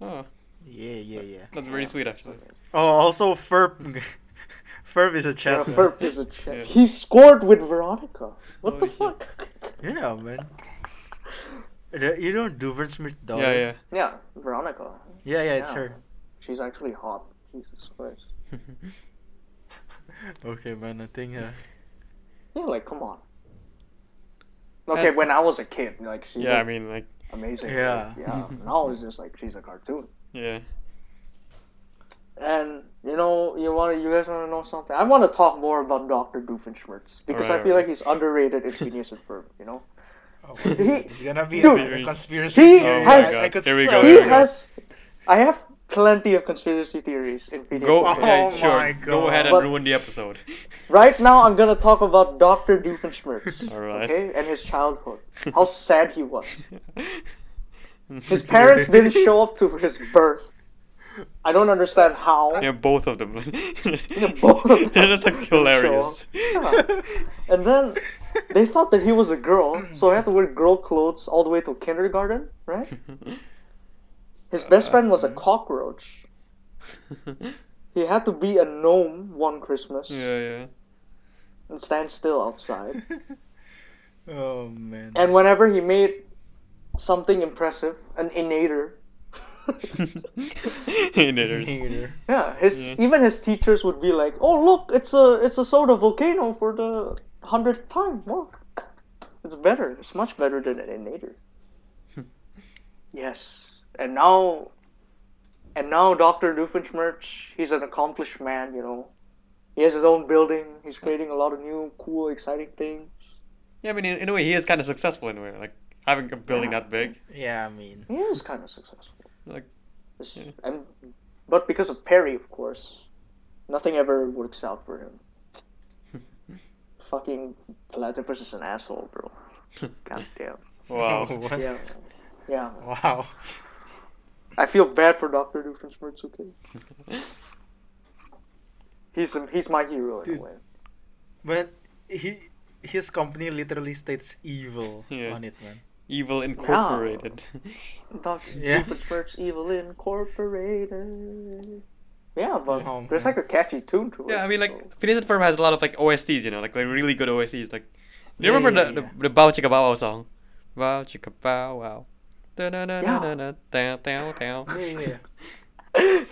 Speaker 3: Oh,
Speaker 2: yeah, yeah, yeah.
Speaker 3: that's very sweet actually.
Speaker 2: Oh, also Ferb. Ferb is a
Speaker 1: Yeah,
Speaker 2: chap.
Speaker 1: Ferb is a check.
Speaker 3: Yeah.
Speaker 1: He scored with Veronica. What the
Speaker 3: Holy shit.
Speaker 1: fuck?
Speaker 2: Yeah, man. The- You know Duvern Smith dog.
Speaker 3: Yeah, yeah.
Speaker 1: yeah, Veronica.
Speaker 2: Yeah, yeah, it's
Speaker 1: Yeah.
Speaker 2: her.
Speaker 1: She's actually hot. Jesus Christ.
Speaker 2: Okay, man. I think. Uh,
Speaker 1: Yeah, like come on. Okay, when I was a kid, like she
Speaker 3: Yeah, I
Speaker 1: was
Speaker 3: mean like
Speaker 1: amazing.
Speaker 2: Yeah.
Speaker 1: like, yeah. Now it's just like she's a cartoon.
Speaker 3: yeah.
Speaker 1: And you know, you want you guys want to know something? I want to talk more about Doctor Doofenshmirtz because
Speaker 3: Alright,
Speaker 1: I feel
Speaker 3: alright.
Speaker 1: like he's underrated in Phineas and Ferb. You know,
Speaker 2: oh,
Speaker 1: He-
Speaker 2: it's gonna be
Speaker 1: Dude,
Speaker 2: another conspiracy.
Speaker 1: he
Speaker 2: theory.
Speaker 1: has-
Speaker 2: I, I could
Speaker 3: Here we
Speaker 2: sell
Speaker 3: go,
Speaker 1: he
Speaker 3: here
Speaker 2: it.
Speaker 3: we go.
Speaker 1: has. I have plenty of conspiracy theories in Phineas.
Speaker 3: Go
Speaker 1: and
Speaker 2: Oh
Speaker 1: Ferb.
Speaker 3: yeah, sure.
Speaker 2: my
Speaker 3: Go ahead and
Speaker 1: God.
Speaker 3: ruin the episode.
Speaker 1: Right now, I'm gonna talk about Doctor Doofenshmirtz,
Speaker 3: Alright.
Speaker 1: okay, and his childhood, how sad he was. His parents didn't show up to his birth. I don't understand how.
Speaker 3: Yeah, both of them.
Speaker 1: both of them.
Speaker 3: They're just like hilarious.
Speaker 1: And then they thought that he was a girl, so I had to wear girl clothes all the way to kindergarten, right? His best friend was a cockroach. He had to be a gnome one Christmas
Speaker 3: yeah, yeah.
Speaker 1: and stand still outside.
Speaker 2: Oh man.
Speaker 1: And whenever he made something impressive, an innator,
Speaker 3: Haters.
Speaker 2: Hater.
Speaker 1: yeah, his
Speaker 3: Yeah.
Speaker 1: even his teachers would be like, "Oh look, it's a it's a soda volcano for the hundredth time. Wow, it's better. It's much better than an innator." yes, and now, and now Doctor Doofenshmirtz, he's an accomplished man. You know, he has his own building. He's creating a lot of new, cool, exciting things.
Speaker 3: Yeah, I mean, in, in a way, he is kind of successful in a way. Like, having a building that big.
Speaker 2: Yeah, I mean.
Speaker 1: He is kind of successful.
Speaker 3: Like,
Speaker 1: It's-
Speaker 3: Yeah.
Speaker 1: and, but because of Perry, of course, nothing ever works out for him. Fucking Platypus is an asshole, bro. God damn.
Speaker 3: wow.
Speaker 2: What?
Speaker 1: Yeah. Yeah.
Speaker 2: Wow.
Speaker 1: I feel bad for Dr. Doofenshmirtz, okay? He's, he's my hero in a
Speaker 2: Dude.
Speaker 1: way.
Speaker 2: But he his company literally states evil
Speaker 3: Yeah.
Speaker 2: on it, man.
Speaker 3: Evil Incorporated.
Speaker 1: Dr.
Speaker 2: Yeah.
Speaker 1: Doofenshmirtz Evil Incorporated. Yeah, but
Speaker 2: Oh,
Speaker 1: there's
Speaker 2: man.
Speaker 1: like a catchy tune to it.
Speaker 3: yeah, I mean,
Speaker 1: so-
Speaker 3: like, Phineas and Ferb has a lot of, like, OSTs, you know, like, like really good OSTs. Like, do you
Speaker 2: Yeah,
Speaker 3: remember
Speaker 2: yeah,
Speaker 3: the,
Speaker 2: yeah.
Speaker 3: the, the Bow Chicka Bow Wow song? Bow Chicka Bow Wow. Da-na-na-na-na-na, down, down, down.
Speaker 2: Yeah, yeah.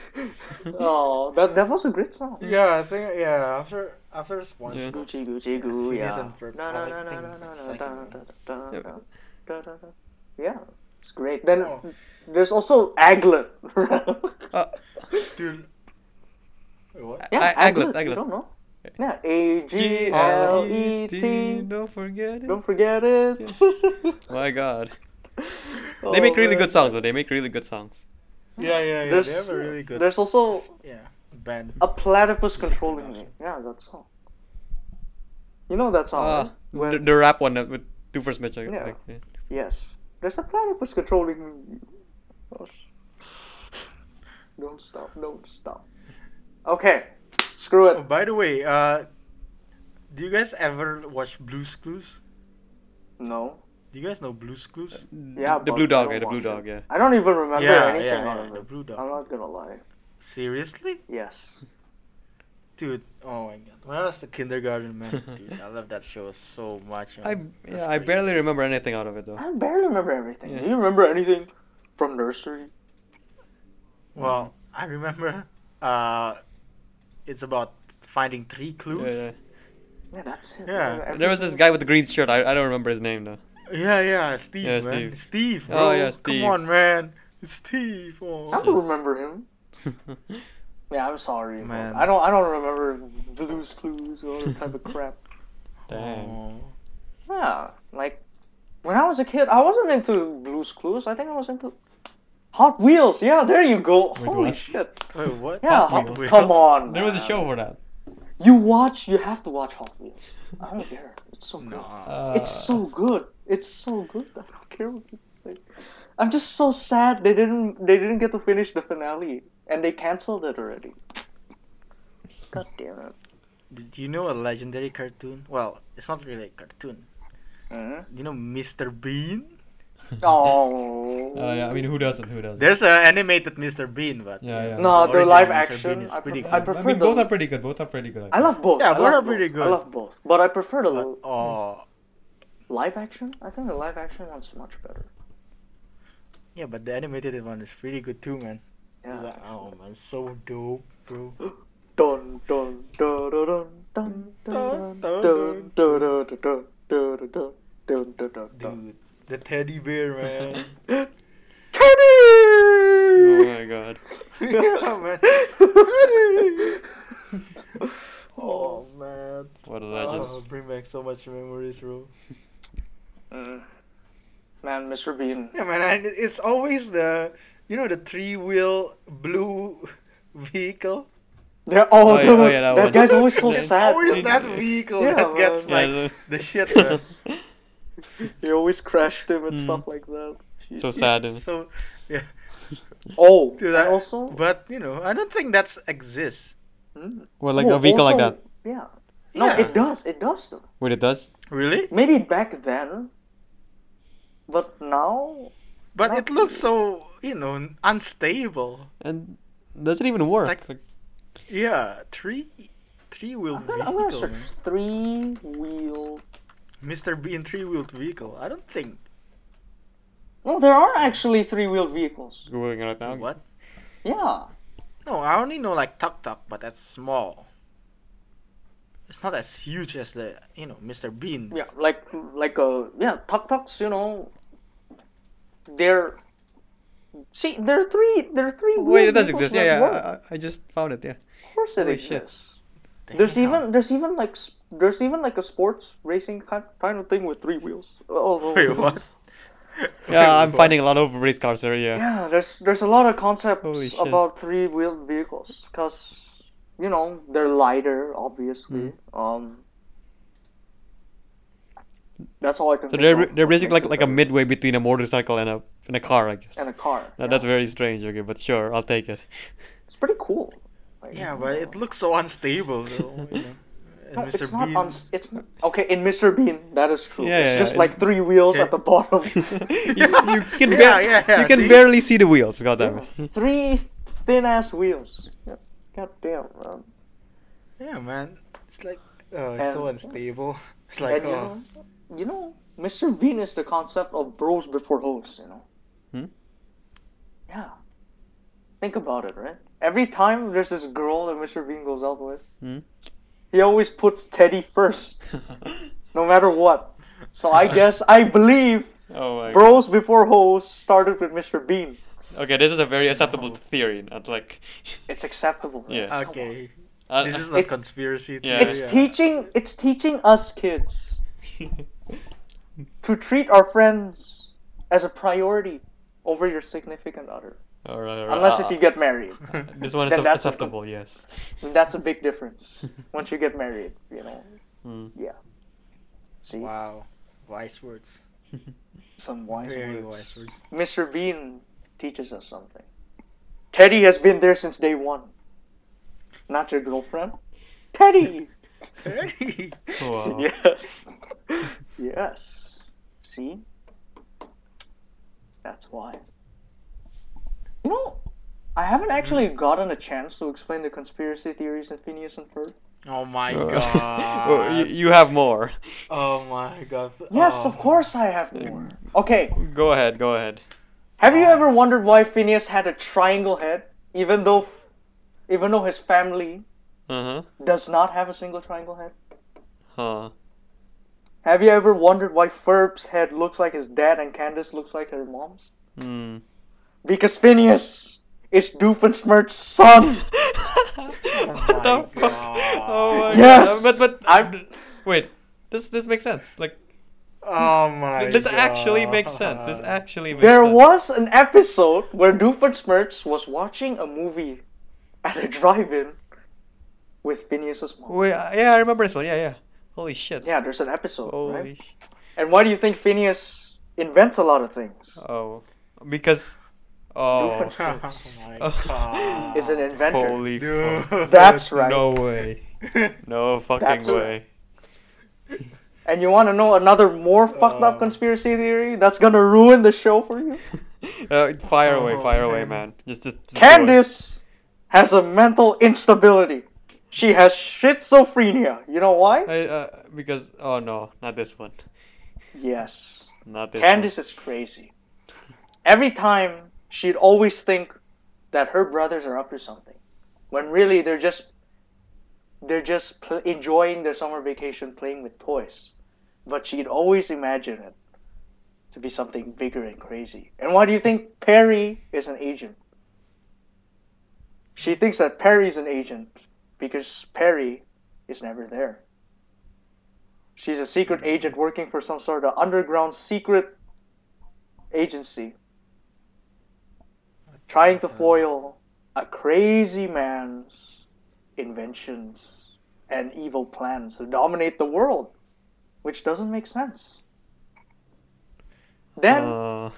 Speaker 1: oh, that, that was a great song.
Speaker 2: yeah, I think yeah. After after SpongeBob,
Speaker 3: Yeah.
Speaker 1: Gucci Gucci Goo,
Speaker 2: Phineas
Speaker 1: yeah.
Speaker 2: and Ferb,
Speaker 1: No, no,
Speaker 2: I
Speaker 1: no,
Speaker 2: like
Speaker 1: no,
Speaker 2: think
Speaker 1: no, no,
Speaker 2: that's
Speaker 1: no,
Speaker 2: like-
Speaker 1: da, da, da,
Speaker 3: Yeah.
Speaker 1: da, da, da, da. Yeah, it's great. Then
Speaker 2: Oh.
Speaker 1: there's also Aglet.
Speaker 3: Uh,
Speaker 2: dude. Wait, What?
Speaker 1: yeah,
Speaker 3: I- Aglet,
Speaker 1: You
Speaker 3: Aglet.
Speaker 1: don't know? Yeah, A G L E
Speaker 3: G-L-E-T,
Speaker 1: T.
Speaker 3: don't forget it.
Speaker 1: Don't forget it.
Speaker 3: My God.
Speaker 1: Oh,
Speaker 3: They make really
Speaker 1: man.
Speaker 3: good songs, though. They make really good songs.
Speaker 2: Yeah, yeah, yeah.
Speaker 1: There's,
Speaker 2: They have a really good.
Speaker 1: There's also
Speaker 2: yeah band.
Speaker 1: a platypus controlling me.
Speaker 2: production.
Speaker 1: Yeah, that song. You know that song?
Speaker 3: Uh,
Speaker 1: right? When-
Speaker 3: the, the rap one that with Doofer Smith. I
Speaker 1: Oh, Yeah.
Speaker 3: think, yeah.
Speaker 1: Yes. There's a platypus controlling me. Oh, sh- Don't stop, don't stop. Okay, screw
Speaker 2: Oh,
Speaker 1: it.
Speaker 2: by the way, uh, do you guys ever watch Blue's Clues?
Speaker 1: No.
Speaker 2: Do you guys know Blue's Clues?
Speaker 1: Yeah,
Speaker 3: the
Speaker 1: but
Speaker 3: Blue
Speaker 1: I
Speaker 3: Dog,
Speaker 1: don't
Speaker 3: yeah, the Blue
Speaker 1: watch
Speaker 3: Dog,
Speaker 1: it.
Speaker 3: yeah.
Speaker 1: I don't even remember
Speaker 2: Yeah,
Speaker 1: Uh, anything
Speaker 2: yeah,
Speaker 1: out
Speaker 2: yeah,
Speaker 1: of
Speaker 2: the
Speaker 1: it. Uh,
Speaker 2: Blue Dog.
Speaker 1: I'm not gonna lie.
Speaker 2: Seriously,
Speaker 1: Yes.
Speaker 2: dude. Oh my god. When I was a kindergarten man, dude, I love that show so much.
Speaker 3: I
Speaker 2: man. That's
Speaker 3: yeah, I
Speaker 2: great.
Speaker 3: barely remember anything out of it though.
Speaker 1: I barely remember everything.
Speaker 3: Yeah.
Speaker 1: Do you remember anything from nursery?
Speaker 2: Well, I remember. Uh, it's about finding three clues.
Speaker 3: Yeah,
Speaker 1: Yeah, that's it.
Speaker 2: Yeah.
Speaker 1: Everything-
Speaker 3: There was this guy with the green shirt. I, I don't remember his name though.
Speaker 2: Yeah, yeah, Steve,
Speaker 3: Yeah,
Speaker 2: man.
Speaker 3: Steve.
Speaker 2: Steve, bro.
Speaker 3: Oh, yeah,
Speaker 2: Come
Speaker 3: Steve.
Speaker 2: on, man. It's Steve.
Speaker 1: I
Speaker 2: Oh.
Speaker 1: don't remember him. Yeah, I'm sorry. bro.
Speaker 2: Man.
Speaker 1: I don't. I don't remember Blue's Clues or all that type of crap.
Speaker 4: Dang.
Speaker 2: Oh.
Speaker 1: Yeah, like when I was a kid, I wasn't into Blue's Clues. I think I was into Hot Wheels. Yeah, there you go.
Speaker 3: Wait,
Speaker 1: Holy
Speaker 3: what?
Speaker 1: shit!
Speaker 2: Wait, what?
Speaker 1: Yeah,
Speaker 3: Hot
Speaker 1: Hot-
Speaker 3: Wheels.
Speaker 1: Oh, come on.
Speaker 3: There was a
Speaker 1: man.
Speaker 3: show for that.
Speaker 1: You watch. You have to watch Hot Wheels. I don't care. It's so good.
Speaker 2: Nah.
Speaker 4: Uh,
Speaker 1: It's so good. It's so good. I don't care what you think. I'm just so sad they didn't they didn't get to finish the finale and they canceled it already. God damn it.
Speaker 2: Did you know a legendary cartoon? Well, it's not really a cartoon.
Speaker 1: Mm.
Speaker 2: You know Mr. Bean?
Speaker 1: Oh.
Speaker 4: uh, yeah, I mean, who doesn't? Who doesn't?
Speaker 2: There's an animated Mr. Bean, but
Speaker 4: Yeah, yeah.
Speaker 1: no,
Speaker 2: the
Speaker 1: the
Speaker 2: original
Speaker 1: live
Speaker 2: Mr. Bean
Speaker 1: action.
Speaker 2: is
Speaker 1: I,
Speaker 2: pretty
Speaker 1: pref-
Speaker 2: good.
Speaker 1: I
Speaker 4: I
Speaker 1: prefer
Speaker 4: mean,
Speaker 1: the-
Speaker 4: both are pretty good. Both are pretty good.
Speaker 1: I love both.
Speaker 2: Yeah,
Speaker 1: I
Speaker 2: both
Speaker 1: love
Speaker 2: are
Speaker 1: both.
Speaker 2: pretty
Speaker 1: I
Speaker 2: good.
Speaker 1: love both, but I prefer the
Speaker 2: But, oh,
Speaker 1: live action. I think the live action one's much better.
Speaker 2: yeah, but the animated one is pretty good too, man. It's
Speaker 1: Yeah.
Speaker 2: like, oh man, so dope, bro.
Speaker 1: Dun dun dun dun dun dun dun dun dun dun dun dun dun dun dun dun dun dun.
Speaker 2: Dude, the teddy bear, man.
Speaker 3: Oh
Speaker 1: Teddy!
Speaker 3: my god.
Speaker 2: yeah, man. Oh man,
Speaker 3: What a legend.
Speaker 2: oh, bring back so much memories, bro.
Speaker 1: Mm. Man, Mr. Bean.
Speaker 2: Yeah, man, and it's always the you know the three wheel blue vehicle.
Speaker 1: They're all
Speaker 3: Oh, yeah, oh, yeah, that
Speaker 1: that
Speaker 3: one.
Speaker 1: guy's always so
Speaker 3: It's
Speaker 1: sad.
Speaker 2: always
Speaker 1: man.
Speaker 2: that vehicle
Speaker 1: Yeah,
Speaker 2: that gets
Speaker 1: man.
Speaker 2: like
Speaker 3: Yeah,
Speaker 2: the shit. Man.
Speaker 1: He always crashed him and
Speaker 3: Mm.
Speaker 1: stuff like that.
Speaker 3: so sad. Isn't it?
Speaker 2: so yeah,
Speaker 1: Oh,
Speaker 2: dude. I,
Speaker 1: and also.
Speaker 2: but you know, I don't think that's exists.
Speaker 1: Mm.
Speaker 3: Well, like
Speaker 1: Oh,
Speaker 3: a vehicle like
Speaker 1: also-
Speaker 3: that.
Speaker 1: Yeah. No,
Speaker 2: Yeah.
Speaker 1: it does. It does though.
Speaker 3: Wait, it does?
Speaker 2: Really?
Speaker 1: Maybe back then, but now.
Speaker 2: But
Speaker 1: Not
Speaker 2: it looks so you know unstable.
Speaker 3: And does it even work?
Speaker 2: Like-
Speaker 3: Like,
Speaker 2: Yeah, three three wheeled
Speaker 1: I'm gonna, I'm gonna
Speaker 2: vehicle.
Speaker 1: search
Speaker 2: man.
Speaker 1: three wheel.
Speaker 2: Mr. Bean three wheeled vehicle. I don't think
Speaker 1: No, there are actually three wheel vehicles.
Speaker 3: Googling it right now.
Speaker 2: what.
Speaker 1: Yeah.
Speaker 2: No, I only know like Tuk Tuk, but that's small. It's not as huge as the you know Mr. Bean.
Speaker 1: Yeah, like like uh yeah, tuk tuks, you know. They're see, there are three there are three
Speaker 3: Wait,
Speaker 1: wheel
Speaker 3: it does
Speaker 1: vehicles
Speaker 3: exist.
Speaker 1: that
Speaker 3: Yeah, yeah.
Speaker 1: work.
Speaker 3: I, I- I just found it. Yeah.
Speaker 1: Of course it
Speaker 3: holy shit.
Speaker 1: exists. There's
Speaker 2: Damn.
Speaker 1: even there's even like s- there's even like a sports racing kind kind of thing with three wheels. Oh, Although,
Speaker 2: Wait, what?
Speaker 3: Yeah, I'm
Speaker 2: What?
Speaker 3: finding a lot of race cars there. Yeah.
Speaker 1: Yeah, there's there's a lot of
Speaker 3: Holy
Speaker 1: concepts
Speaker 3: shit.
Speaker 1: about three wheeled vehicles because you know they're lighter, obviously.
Speaker 3: Mm-hmm.
Speaker 1: Um, that's all I can.
Speaker 3: So
Speaker 1: think
Speaker 3: they're
Speaker 1: of
Speaker 3: they're
Speaker 1: what
Speaker 3: basically
Speaker 1: makes
Speaker 3: like
Speaker 1: it
Speaker 3: like a
Speaker 1: better.
Speaker 3: midway between a motorcycle and a and a car, I guess.
Speaker 1: and a car.
Speaker 3: Now, that's very strange. Okay, but sure, I'll take it.
Speaker 1: It's pretty cool. Like,
Speaker 2: Yeah,
Speaker 1: you
Speaker 2: but
Speaker 1: know.
Speaker 2: it looks so unstable. Though, you know. And
Speaker 1: No,
Speaker 2: Mr.
Speaker 1: it's not.
Speaker 2: Bean.
Speaker 1: On, it's not, okay in Mr. Bean. That is true.
Speaker 3: Yeah,
Speaker 1: it's
Speaker 3: yeah,
Speaker 1: just
Speaker 3: yeah.
Speaker 1: like three wheels
Speaker 2: Yeah.
Speaker 1: at the bottom.
Speaker 3: you, you can
Speaker 2: Yeah,
Speaker 3: bar-
Speaker 2: yeah, yeah,
Speaker 3: you can
Speaker 2: see?
Speaker 3: barely see the wheels. God damn it.
Speaker 1: three thin ass wheels. Yeah. God damn. Man.
Speaker 2: Yeah, man. It's like oh, it's so
Speaker 1: And-
Speaker 2: unstable. It's like
Speaker 1: and
Speaker 3: uh,
Speaker 1: you
Speaker 2: oh,
Speaker 1: know, you know, Mr. Bean is the concept of bros before hoes. You know.
Speaker 3: Hmm?
Speaker 1: Yeah. Think about it, right? Every time there's this girl that Mr. Bean goes out with,
Speaker 3: Hmm?
Speaker 1: he always puts Teddy first, no matter what. So I guess I believe
Speaker 3: oh my god.
Speaker 1: Bros before hoes started with Mr. Bean.
Speaker 3: Okay, this is a very acceptable theory. Not like.
Speaker 1: It's acceptable. right?
Speaker 3: Yes. Uh,
Speaker 1: Come on.
Speaker 2: okay.
Speaker 3: I-
Speaker 2: This
Speaker 3: I-
Speaker 2: is not
Speaker 1: It-
Speaker 2: conspiracy.
Speaker 3: Yeah.
Speaker 2: theory,
Speaker 1: It's
Speaker 2: yeah.
Speaker 1: teaching. It's teaching us kids to treat our friends as a priority over your significant other,
Speaker 3: all right, all right.
Speaker 1: unless
Speaker 3: Uh,
Speaker 1: if you get married.
Speaker 3: This one is
Speaker 1: then
Speaker 3: ac-
Speaker 1: that's
Speaker 3: acceptable. Yes.
Speaker 1: And that's a big difference. Once you get married, you know.
Speaker 3: Hmm.
Speaker 1: Yeah. See
Speaker 2: Wow, wise words.
Speaker 1: some wise
Speaker 2: Very
Speaker 1: words.
Speaker 2: wise words.
Speaker 1: Mr. Bean teaches us something. Teddy has been there since day one. Not your girlfriend, Teddy.
Speaker 3: Wow.
Speaker 1: yes. yes. See? That's why. You know, I haven't actually
Speaker 2: Mm-hmm.
Speaker 1: gotten a chance to explain the conspiracy theories in Phineas and Ferb.
Speaker 2: oh my
Speaker 3: Uh, well, you,
Speaker 2: god.
Speaker 3: you have more.
Speaker 2: Oh my god.
Speaker 1: Yes,
Speaker 2: Oh.
Speaker 1: of course I have more. Okay,
Speaker 3: Go ahead. Go ahead.
Speaker 1: have you ever wondered why Phineas had a triangle head, even though, even though his family
Speaker 2: Uh-huh.
Speaker 3: Uh
Speaker 1: does not have a single triangle head?
Speaker 3: huh. Huh.
Speaker 1: Have you ever wondered why Ferb's head looks like his dad and Candace looks like her mom's?
Speaker 3: Hmm.
Speaker 1: Because Phineas is Doofenshmirtz's son.
Speaker 3: what the
Speaker 2: Oh my
Speaker 3: fuck?
Speaker 2: God.
Speaker 3: Oh my
Speaker 1: Yes!
Speaker 3: god. But but
Speaker 1: I'm-
Speaker 3: wait. This this makes sense. Like
Speaker 2: Oh my.
Speaker 3: this actually makes sense. This
Speaker 2: God.
Speaker 3: actually makes
Speaker 1: there
Speaker 3: sense.
Speaker 1: was an episode where Doofenshmirtz was watching a movie at a drive-in with Phineas's mom.
Speaker 3: Wait, uh, yeah, I remember this one. Yeah, yeah. Holy shit.
Speaker 1: Yeah, there's an episode,
Speaker 3: Holy.
Speaker 1: right?
Speaker 3: Sh-
Speaker 1: And why do you think Phineas invents a lot of things?
Speaker 3: oh, because. Oh.
Speaker 2: Oh my
Speaker 3: Oh.
Speaker 2: god.
Speaker 1: Is an inventor.
Speaker 3: Holy fuck.
Speaker 2: Dude.
Speaker 1: That's right.
Speaker 3: No way. No fucking
Speaker 1: That's
Speaker 3: way.
Speaker 1: And you want to know another more fucked up
Speaker 3: Um,
Speaker 2: Uh.
Speaker 1: conspiracy theory that's gonna ruin the show for you?
Speaker 3: Uh, fire away,
Speaker 2: Oh,
Speaker 3: fire away,
Speaker 2: man.
Speaker 3: man. Just, just, just do it.
Speaker 1: Candice has a mental instability. She has schizophrenia. You know why?
Speaker 3: I, uh, because oh no, not this one.
Speaker 1: Yes.
Speaker 3: Not this.
Speaker 1: Candice is crazy. Every time she'd always think that her brothers are up to something, when really they're just they're just pl- enjoying their summer vacation playing with toys. But she'd always imagine it to be something bigger and crazy. And why do you think Perry is an agent? She thinks that Perry's an agent because Perry is never there. She's a secret agent working for some sort of underground secret agency, trying to foil a crazy man's inventions and evil plans to dominate the world, which doesn't make sense. Then,
Speaker 3: Uh,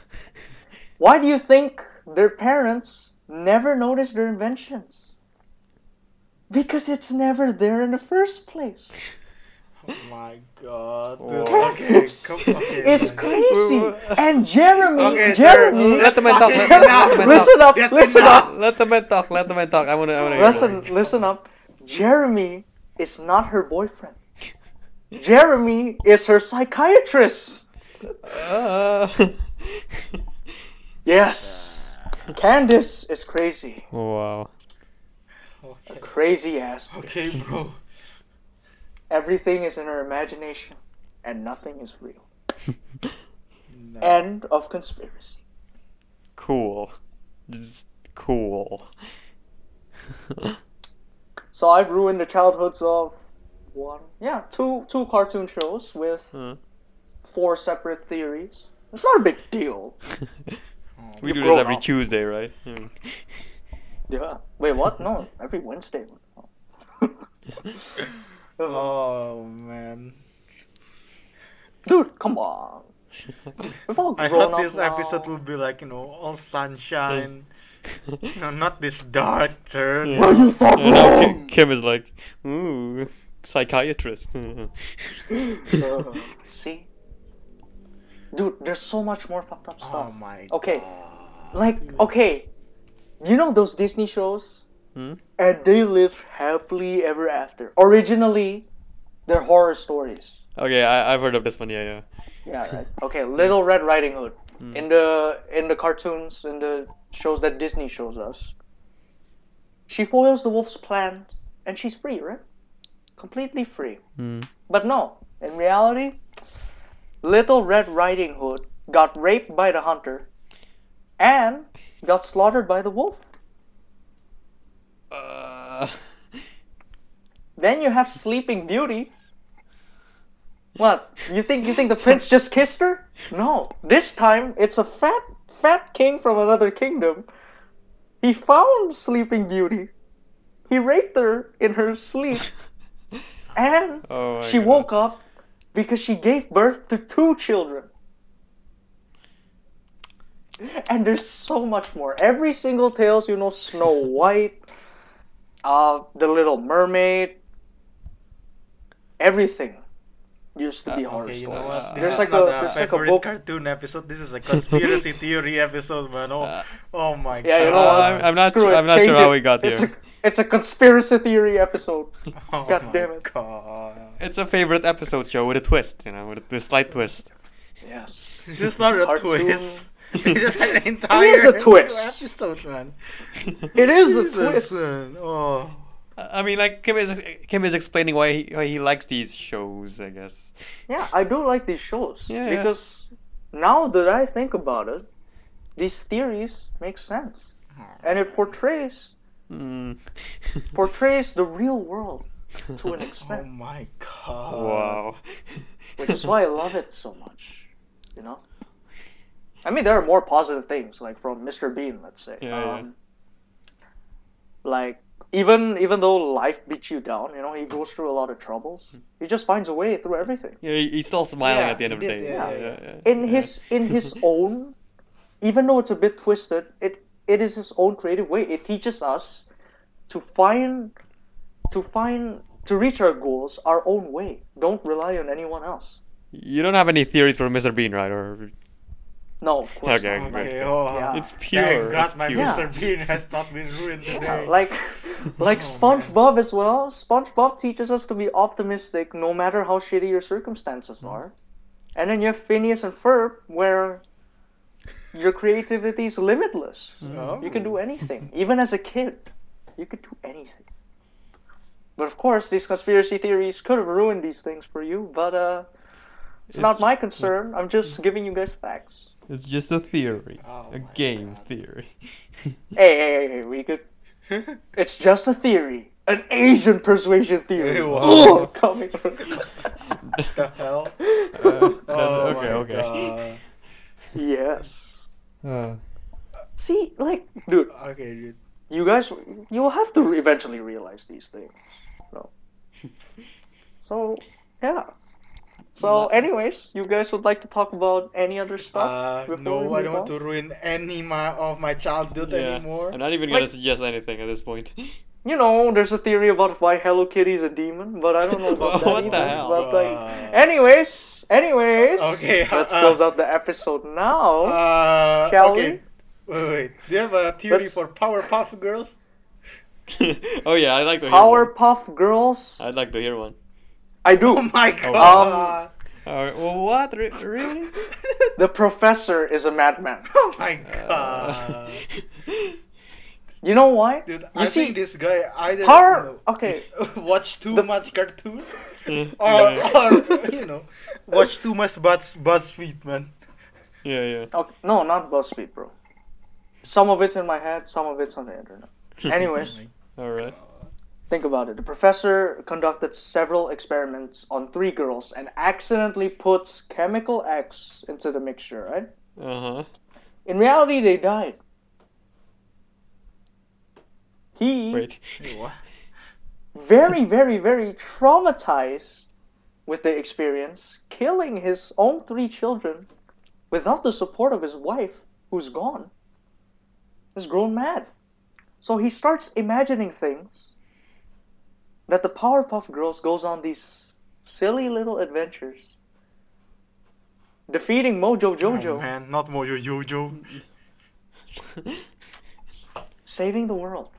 Speaker 1: why do you think their parents never notice their inventions? Because it's never there in the first place.
Speaker 2: Oh my god. Dude.
Speaker 3: Wow.
Speaker 2: Okay, come on.
Speaker 1: It's crazy.
Speaker 3: Wait, wait.
Speaker 1: And Jeremy,
Speaker 2: Okay, sir.
Speaker 1: Jeremy,
Speaker 3: let the man talk.
Speaker 2: fucking
Speaker 3: Let, let the man talk.
Speaker 1: listen up,
Speaker 2: That's
Speaker 1: listen
Speaker 2: enough.
Speaker 1: up,
Speaker 3: Let the man talk. Let the man talk. I wanna, I wanna hear this.
Speaker 1: listen, listen up. Jeremy is not her boyfriend. Jeremy is her psychiatrist.
Speaker 3: Uh,
Speaker 1: Yes. Candace is crazy.
Speaker 3: wow.
Speaker 2: Okay.
Speaker 1: Crazy ass.
Speaker 2: Okay, bro.
Speaker 1: Everything is in her imagination and nothing is real.
Speaker 2: No.
Speaker 1: End of conspiracy.
Speaker 3: Cool. Just cool.
Speaker 1: So I've ruined the childhoods of one, yeah, two two cartoon shows with
Speaker 2: Hmm.
Speaker 3: Huh.
Speaker 1: four separate theories. It's not a big deal.
Speaker 3: we
Speaker 1: You oh.
Speaker 3: do
Speaker 1: grown
Speaker 3: this every
Speaker 1: up.
Speaker 3: Tuesday, right? Hmm.
Speaker 1: Yeah. Wait, what? No, every Wednesday.
Speaker 2: Oh man.
Speaker 1: Dude, come on. We've all grown
Speaker 2: I thought
Speaker 1: up
Speaker 2: this
Speaker 1: now.
Speaker 2: episode would be like, you know, all sunshine. you know, not this dark turn.
Speaker 3: Yeah.
Speaker 1: You thought
Speaker 3: And now Ki-
Speaker 1: wrong.
Speaker 3: Kim is like, ooh, psychiatrist.
Speaker 1: Uh, see, dude, there's so much more fucked up
Speaker 2: Oh
Speaker 1: stuff.
Speaker 2: my
Speaker 1: Okay,
Speaker 2: god.
Speaker 1: like okay, you know those Disney shows,
Speaker 3: Hmm?
Speaker 1: and they live happily ever after. Originally, they're horror stories.
Speaker 3: Okay, I, I've heard of this one. Yeah, yeah.
Speaker 1: Yeah, right. Okay, Little Red Riding Hood. In the in the cartoons, in the shows that Disney shows us, she foils the wolf's plan and she's free, right? Completely free. But no, in reality, Little Red Riding Hood got raped by the hunter and got slaughtered by the wolf.
Speaker 3: Uh,
Speaker 1: Then you have Sleeping Beauty. What? You think you think the prince just kissed her? No. This time it's a fat fat king from another kingdom. He found Sleeping Beauty. He raped her in her sleep and
Speaker 3: oh my
Speaker 1: she
Speaker 3: God.
Speaker 1: woke up because she gave birth to two children. And there's so much more. Every single tales, you know, Snow White, uh, The Little Mermaid, everything used to be
Speaker 3: Uh,
Speaker 1: horror
Speaker 2: Okay, you know
Speaker 1: stories.
Speaker 2: what? This
Speaker 1: There's
Speaker 2: is
Speaker 1: like
Speaker 2: not
Speaker 1: a-
Speaker 2: a
Speaker 1: there's like a
Speaker 2: favorite
Speaker 1: book-
Speaker 2: cartoon episode. This is a conspiracy theory episode, man. Oh, oh my
Speaker 1: Yeah,
Speaker 2: god.
Speaker 1: you know
Speaker 3: Uh,
Speaker 1: what?
Speaker 3: I'm, I'm not.
Speaker 1: Screw it,
Speaker 3: I'm not
Speaker 1: change
Speaker 3: sure how
Speaker 1: it.
Speaker 3: we got
Speaker 1: It's
Speaker 3: here.
Speaker 1: a, it's a conspiracy theory episode.
Speaker 2: oh
Speaker 1: God
Speaker 2: my
Speaker 1: damn it.
Speaker 2: God.
Speaker 3: It's a favorite episode show with a twist, you know, with a with a slight twist.
Speaker 1: Yes.
Speaker 2: This is not a
Speaker 1: Cartoon.
Speaker 2: twist. It's just an entire
Speaker 1: twist.
Speaker 2: episode, man.
Speaker 1: It is a
Speaker 2: Jesus,
Speaker 1: twist.
Speaker 2: man. Oh.
Speaker 3: I mean, like Kim is Kim is explaining why he, why he likes these shows, I guess.
Speaker 1: Yeah, I do like these shows
Speaker 3: Yeah, yeah.
Speaker 1: because now that I think about it, these theories make sense. and it portrays
Speaker 3: Mm.
Speaker 1: portrays the real world to an
Speaker 2: Oh
Speaker 1: extent,
Speaker 2: my god.
Speaker 3: wow.
Speaker 1: which is why I love it so much. You know, I mean, there are more positive things like from Mr. Bean, let's say. Um,
Speaker 3: Yeah, yeah.
Speaker 1: Like even even though life beats you down, you know, he goes through a lot of troubles.
Speaker 3: Hmm.
Speaker 1: He just finds a way through everything.
Speaker 3: Yeah, he- he's still smiling
Speaker 2: Yeah,
Speaker 3: at the end
Speaker 2: he
Speaker 3: of the
Speaker 2: did,
Speaker 3: day.
Speaker 2: yeah, yeah,
Speaker 1: in
Speaker 3: yeah.
Speaker 1: his in his own even though it's a bit twisted it it is his own creative way it teaches us to find to find to reach our goals our own way don't rely on anyone else
Speaker 3: You don't have any theories for Mr. Bean, right? Or
Speaker 1: no of course
Speaker 3: Okay.
Speaker 1: not.
Speaker 2: Okay,
Speaker 3: Yeah.
Speaker 2: oh.
Speaker 1: Yeah.
Speaker 3: it's pure.
Speaker 2: Thank
Speaker 3: it's
Speaker 2: god my
Speaker 3: pure.
Speaker 2: Mr. Bean has not been ruined today.
Speaker 1: like like
Speaker 2: Oh, man.
Speaker 1: spongebob as well spongebob teaches us to be optimistic no matter how shitty your circumstances are and then you have phineas and ferb where your creativity is limitless
Speaker 2: Oh.
Speaker 1: You can do anything, even as a kid. You could do anything. But of course, these conspiracy theories could have ruined these things for you. But uh, it's, not my concern. I'm just giving you guys facts.
Speaker 3: It's just a theory,
Speaker 2: Oh
Speaker 3: a
Speaker 2: my
Speaker 3: game
Speaker 2: God.
Speaker 3: theory.
Speaker 1: Hey, hey, hey, hey, we could. It's just a theory, an Asian persuasion theory.
Speaker 2: Wow.
Speaker 1: Ugh, coming.
Speaker 2: the hell? Uh.
Speaker 3: Oh
Speaker 2: my
Speaker 3: okay, okay.
Speaker 2: God.
Speaker 1: yes.
Speaker 4: Uh,
Speaker 1: See, like, dude,
Speaker 2: Okay, dude.
Speaker 1: you guys, you'll have to eventually realize these things. No. So, yeah. So, anyways, you guys would like to talk about any other
Speaker 2: Uh,
Speaker 1: stuff?
Speaker 2: no, I don't want to ruin any my, of my childhood
Speaker 3: Yeah,
Speaker 2: anymore.
Speaker 3: I'm not even gonna
Speaker 1: Like-
Speaker 3: suggest anything at this point.
Speaker 1: You know, there's a theory about why Hello Kitty is a demon, but I don't know about that
Speaker 3: What the
Speaker 1: either.
Speaker 3: hell?
Speaker 1: But, like,
Speaker 2: Wow.
Speaker 1: anyways, anyways.
Speaker 2: Uh, Okay,
Speaker 1: Let's
Speaker 2: uh,
Speaker 1: close out the episode now.
Speaker 2: Uh,
Speaker 1: Shall
Speaker 2: okay. Wait, wait. Do you have a theory
Speaker 1: Let's-
Speaker 2: for Powerpuff Girls?
Speaker 3: oh yeah, I'd like to hear one.
Speaker 1: Powerpuff Girls.
Speaker 3: I'd like to hear one.
Speaker 1: I do.
Speaker 2: Oh my
Speaker 3: Oh.
Speaker 2: god!
Speaker 3: All right. Well, what? Re- really?
Speaker 1: The professor is a madman.
Speaker 2: oh my
Speaker 3: Uh,
Speaker 2: god!
Speaker 1: You know why?
Speaker 2: Dude,
Speaker 1: you
Speaker 2: I
Speaker 1: see,
Speaker 2: think this guy either
Speaker 1: power.
Speaker 2: you
Speaker 1: Okay,
Speaker 2: know, watch too
Speaker 1: The-
Speaker 2: much cartoon,
Speaker 3: yeah,
Speaker 2: or,
Speaker 3: yeah,
Speaker 2: or you know, watch too much Buzz Buzzfeed, man.
Speaker 3: yeah.
Speaker 1: Okay, no, not BuzzFeed, bro. Some of it's in my head, some of it's on the internet. Anyways,
Speaker 3: All right.
Speaker 1: think about it. The professor conducted several experiments on three girls and accidentally puts chemical X into the mixture, right?
Speaker 3: Uh huh.
Speaker 1: In reality, they died. He,
Speaker 3: Wait.
Speaker 2: What?
Speaker 1: very, very, very traumatized with the experience, killing his own three children without the support of his wife, who's gone, has grown mad. So he starts imagining things that the Powerpuff Girls goes on these silly little adventures, defeating Mojo
Speaker 2: Oh,
Speaker 1: Jojo,
Speaker 2: man, not Mojo Jojo.
Speaker 1: saving the world,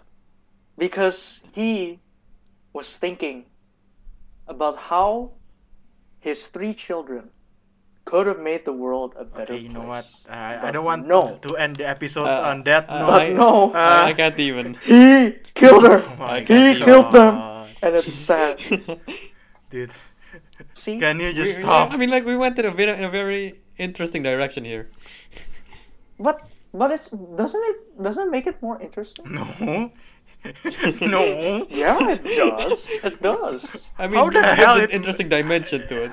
Speaker 1: because he was thinking about how his three children could have made the world a better
Speaker 2: Okay, you know what?
Speaker 1: place.
Speaker 2: I I
Speaker 1: But
Speaker 2: don't want
Speaker 1: no.
Speaker 2: to end the episode
Speaker 3: Uh,
Speaker 2: on that
Speaker 3: uh,
Speaker 2: note.
Speaker 1: But
Speaker 3: I-
Speaker 1: no,
Speaker 2: Uh,
Speaker 3: I, I can't even.
Speaker 1: he killed
Speaker 2: Oh
Speaker 1: her,
Speaker 2: my
Speaker 3: He killed
Speaker 1: them.
Speaker 2: God,
Speaker 1: and it's sad.
Speaker 2: dude.
Speaker 1: See,
Speaker 2: Can you just
Speaker 3: We- we-
Speaker 2: stop?
Speaker 3: I mean, like we went in a very, in a very interesting direction here.
Speaker 1: but but it's doesn't it doesn't it make it more interesting?
Speaker 2: No. no.
Speaker 1: Yeah, it does. It does.
Speaker 3: I mean,
Speaker 2: How the
Speaker 3: there's
Speaker 2: hell
Speaker 3: an
Speaker 2: it-
Speaker 3: interesting dimension to it.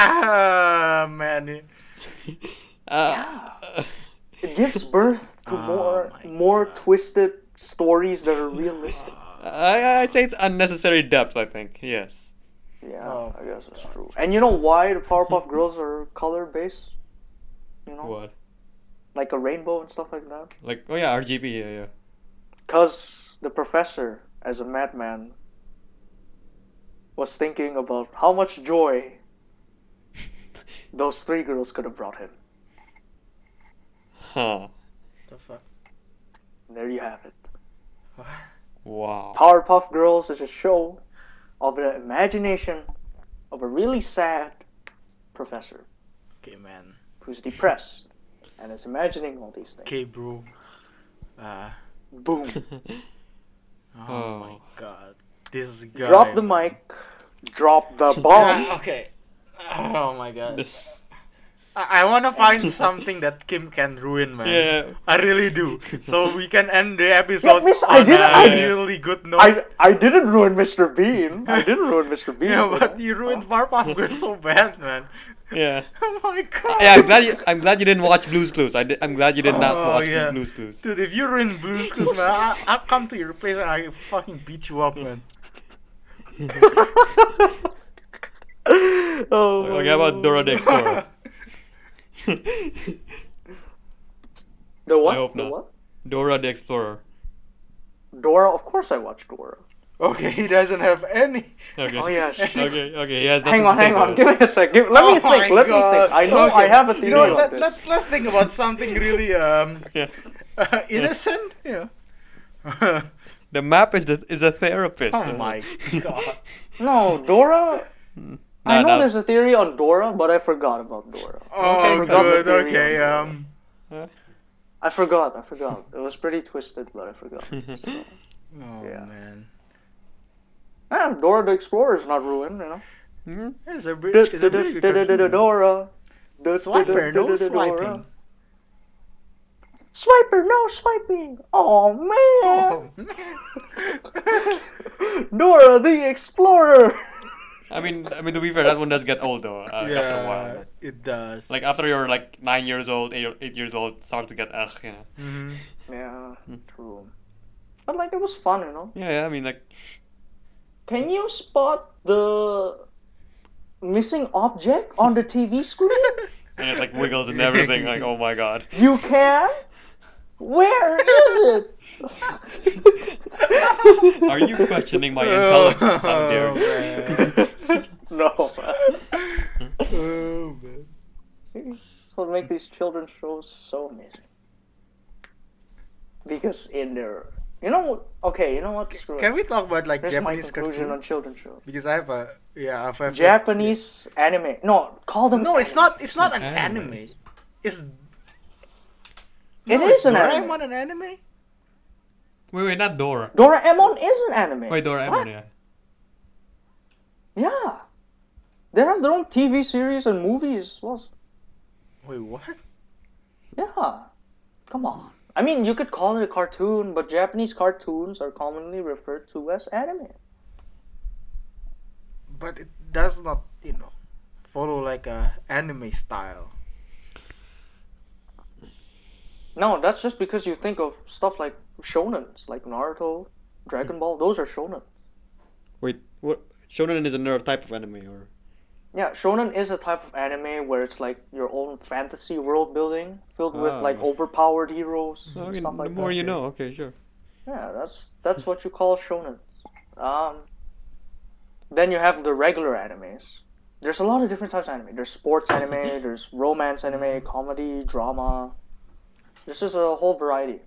Speaker 2: Ah, man.
Speaker 3: Uh,
Speaker 1: It gives birth to
Speaker 2: Oh
Speaker 1: more
Speaker 2: my
Speaker 1: more twisted stories that are realistic.
Speaker 3: I, I'd say it's unnecessary depth. I think yes.
Speaker 1: Yeah,
Speaker 2: Oh
Speaker 1: I guess that's true. And you know why the Powerpuff Girls are color based? You know,
Speaker 3: What?
Speaker 1: like a rainbow and stuff like that.
Speaker 3: Like oh yeah, RGB. Yeah, yeah.
Speaker 1: Because the professor, as a madman, was thinking about how much joy those three girls could have brought him.
Speaker 3: Huh.
Speaker 2: The fuck?
Speaker 1: And there you have it. Oh
Speaker 3: Wow.
Speaker 1: Powerpuff Girls is a show of the imagination of a really sad professor
Speaker 2: Okay, man.
Speaker 1: who's depressed and is imagining all these things.
Speaker 2: Okay, bro. Uh,
Speaker 1: Boom.
Speaker 2: oh,
Speaker 3: Oh.
Speaker 2: my god. This guy.
Speaker 1: Drop the mic. Drop the bomb.
Speaker 2: Ah, okay. Oh my god.
Speaker 3: This-
Speaker 2: I, I want to find something that Kim can ruin, man.
Speaker 3: Yeah.
Speaker 2: I really do. So we can end the episode
Speaker 1: miss, I
Speaker 2: on
Speaker 1: didn't-
Speaker 2: a
Speaker 1: I-
Speaker 2: really good note.
Speaker 1: I, I didn't ruin Mr. Bean. I didn't ruin Mr. Bean.
Speaker 2: yeah,
Speaker 1: for
Speaker 2: but
Speaker 1: that.
Speaker 2: you ruined Warpathware so bad, man.
Speaker 3: Yeah.
Speaker 2: Oh my god.
Speaker 3: Yeah, I'm glad you. I'm glad you didn't watch Blue's Clues. I did, I'm glad you did not
Speaker 2: Oh,
Speaker 3: watch
Speaker 2: yeah.
Speaker 3: Blue's Clues.
Speaker 2: Dude, if you ruin Blue's Clues, man, I, I'll come to your place and I fucking beat you up, man.
Speaker 1: oh,
Speaker 3: Like how about Dora the Explorer?
Speaker 1: the what?
Speaker 3: I hope
Speaker 1: the
Speaker 3: not.
Speaker 1: what?
Speaker 3: Dora the Explorer.
Speaker 1: Dora. Of course, I watched Dora.
Speaker 2: okay, he doesn't have any.
Speaker 3: Okay.
Speaker 1: Oh yeah. shit.
Speaker 3: Okay. Okay. He has nothing
Speaker 1: Hang on,
Speaker 3: to say
Speaker 1: hang
Speaker 3: about
Speaker 1: on.
Speaker 3: it.
Speaker 1: Give me a sec. Give, let me
Speaker 2: Oh my
Speaker 1: think. Let me
Speaker 2: God.
Speaker 1: think. I know I
Speaker 2: Okay.
Speaker 1: have a theory
Speaker 2: You know, what,
Speaker 1: on
Speaker 2: let,
Speaker 1: this.
Speaker 2: let's let's think about something really um
Speaker 3: Yeah.
Speaker 2: uh, innocent. Yeah.
Speaker 3: The map is the is a therapist.
Speaker 2: oh my god.
Speaker 1: No, Dora. I know
Speaker 3: No, no.
Speaker 1: there's a theory on Dora, but I forgot about Dora.
Speaker 2: Oh
Speaker 1: I forgot the
Speaker 2: good.
Speaker 1: theory on
Speaker 2: Okay.
Speaker 1: Dora.
Speaker 2: Um.
Speaker 1: I forgot. I forgot. It was pretty twisted, but I forgot. So.
Speaker 2: Oh
Speaker 1: Yeah.
Speaker 2: man.
Speaker 1: Ah, Dora the Explorer is not ruined, you know.
Speaker 3: Hmm?
Speaker 2: It's a, br- it's a really good cartoon.
Speaker 1: Dora.
Speaker 2: Swiper, no swiping.
Speaker 1: Swiper, no swiping. Oh
Speaker 2: Oh.
Speaker 1: man. Dora the Explorer.
Speaker 3: I mean, I mean to be fair, that one does get old though. Uh, After a
Speaker 2: yeah,
Speaker 3: while,
Speaker 2: it does.
Speaker 3: like after you're like nine years old, eight, eight years old, it starts to get ugh, you know.
Speaker 2: Mhm.
Speaker 1: Yeah, true. But like it was fun, you know.
Speaker 3: Yeah, yeah. I mean, like
Speaker 1: Can you spot the missing object on the TV screen?
Speaker 3: and it like wiggles and everything. Like, oh my god.
Speaker 1: you can. Where is it?
Speaker 3: Are you questioning my intelligence? How dare you?
Speaker 2: Oh, man.
Speaker 1: no.
Speaker 2: oh man.
Speaker 1: That's what make these children's shows so amazing. Because in their, you know, okay, you know what? Screw it.
Speaker 2: Can we talk about like
Speaker 1: Here's
Speaker 2: Japanese
Speaker 1: my conclusion
Speaker 2: cartoon?
Speaker 1: on children's shows.
Speaker 2: Because I have a yeah, I have a
Speaker 1: Japanese anime. No, call them.
Speaker 2: No, it's
Speaker 1: anime.
Speaker 2: not. It's not an
Speaker 4: Anime.
Speaker 2: anime. It's
Speaker 1: It
Speaker 2: no,
Speaker 1: is
Speaker 2: it's
Speaker 1: an
Speaker 2: Doraemon
Speaker 1: anime.
Speaker 2: an anime?
Speaker 3: Wait, wait, not Dora.
Speaker 1: Doraemon is an anime.
Speaker 3: Wait, Doraemon.
Speaker 2: What?
Speaker 3: Yeah.
Speaker 1: Yeah. They have their own TV series and movies. Well,
Speaker 2: Wait, what?
Speaker 1: yeah. Come on. I mean, you could call it a cartoon, but Japanese cartoons are commonly referred to as anime.
Speaker 2: But it does not, you know, follow like a anime style.
Speaker 1: No, that's just because you think of stuff like shonens, like Naruto, Dragon Ball. Those are shonen.
Speaker 3: Wait, what? Shonen is another type of anime, or
Speaker 1: Yeah, shonen is a type of anime where it's like your own fantasy world building filled with
Speaker 3: Ah.
Speaker 1: like overpowered heroes and
Speaker 3: okay,
Speaker 1: stuff
Speaker 3: the
Speaker 1: like
Speaker 3: more
Speaker 1: that.
Speaker 3: you know. Okay, sure.
Speaker 1: Yeah, that's that's what you call shonen. Um, then you have the regular animes. There's a lot of different types of anime. There's sports anime, there's romance
Speaker 3: Mm-hmm.
Speaker 1: anime, comedy, drama. This is a whole variety.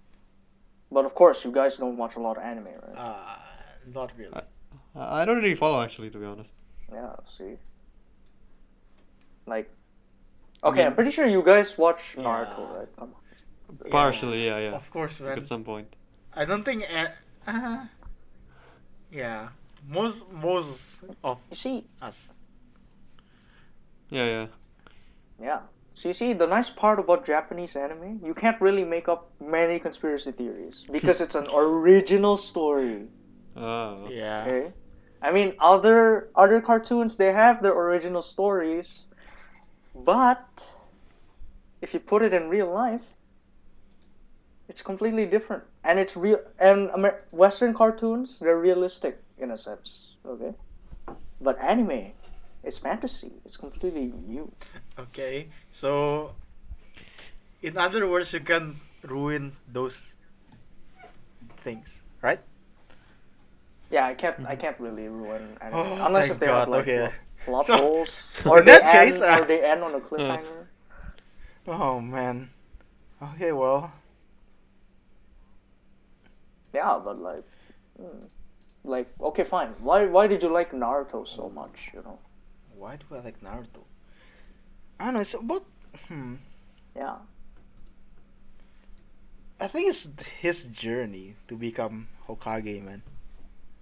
Speaker 1: But of course, you guys don't watch a lot of anime, right?
Speaker 2: Uh, not really.
Speaker 3: I I don't really follow actually, to be honest.
Speaker 1: Yeah, see. Like, okay,
Speaker 3: mean-
Speaker 1: I'm pretty sure you guys watch Naruto,
Speaker 2: Yeah.
Speaker 1: right? Come on.
Speaker 3: Partially, yeah, yeah.
Speaker 2: Of course, man.
Speaker 3: At some point.
Speaker 2: I don't think. a- Uh, yeah, most most of
Speaker 1: You see,
Speaker 2: us.
Speaker 3: Yeah, yeah.
Speaker 1: yeah. See, see, the nice part about Japanese anime, you can't really make up many conspiracy theories because it's an original story.
Speaker 3: Oh.
Speaker 2: Yeah.
Speaker 1: Okay, I mean, other other cartoons they have their original stories, but if you put it in real life, it's completely different, and it's real. And Amer- Western cartoons they're realistic in a sense, okay, but anime, it's fantasy. It's completely new.
Speaker 2: Okay. So, in other words, you can ruin those things, right?
Speaker 1: Yeah, I can't. I can't really ruin anime
Speaker 2: Oh,
Speaker 1: unless
Speaker 2: thank
Speaker 1: if they
Speaker 2: God,
Speaker 1: have like
Speaker 2: okay.
Speaker 1: plot
Speaker 2: So,
Speaker 1: holes, or
Speaker 2: in
Speaker 1: they
Speaker 2: that
Speaker 1: end,
Speaker 2: case, uh,
Speaker 1: or they end on a cliffhanger.
Speaker 2: Oh man. Okay, well.
Speaker 1: Yeah, but like, hmm. like okay, fine. Why why did you like Naruto so much? You know?
Speaker 2: Why do I like Naruto? I don't know. It's about. Hmm.
Speaker 1: Yeah.
Speaker 2: I think it's his journey to become Hokage, man.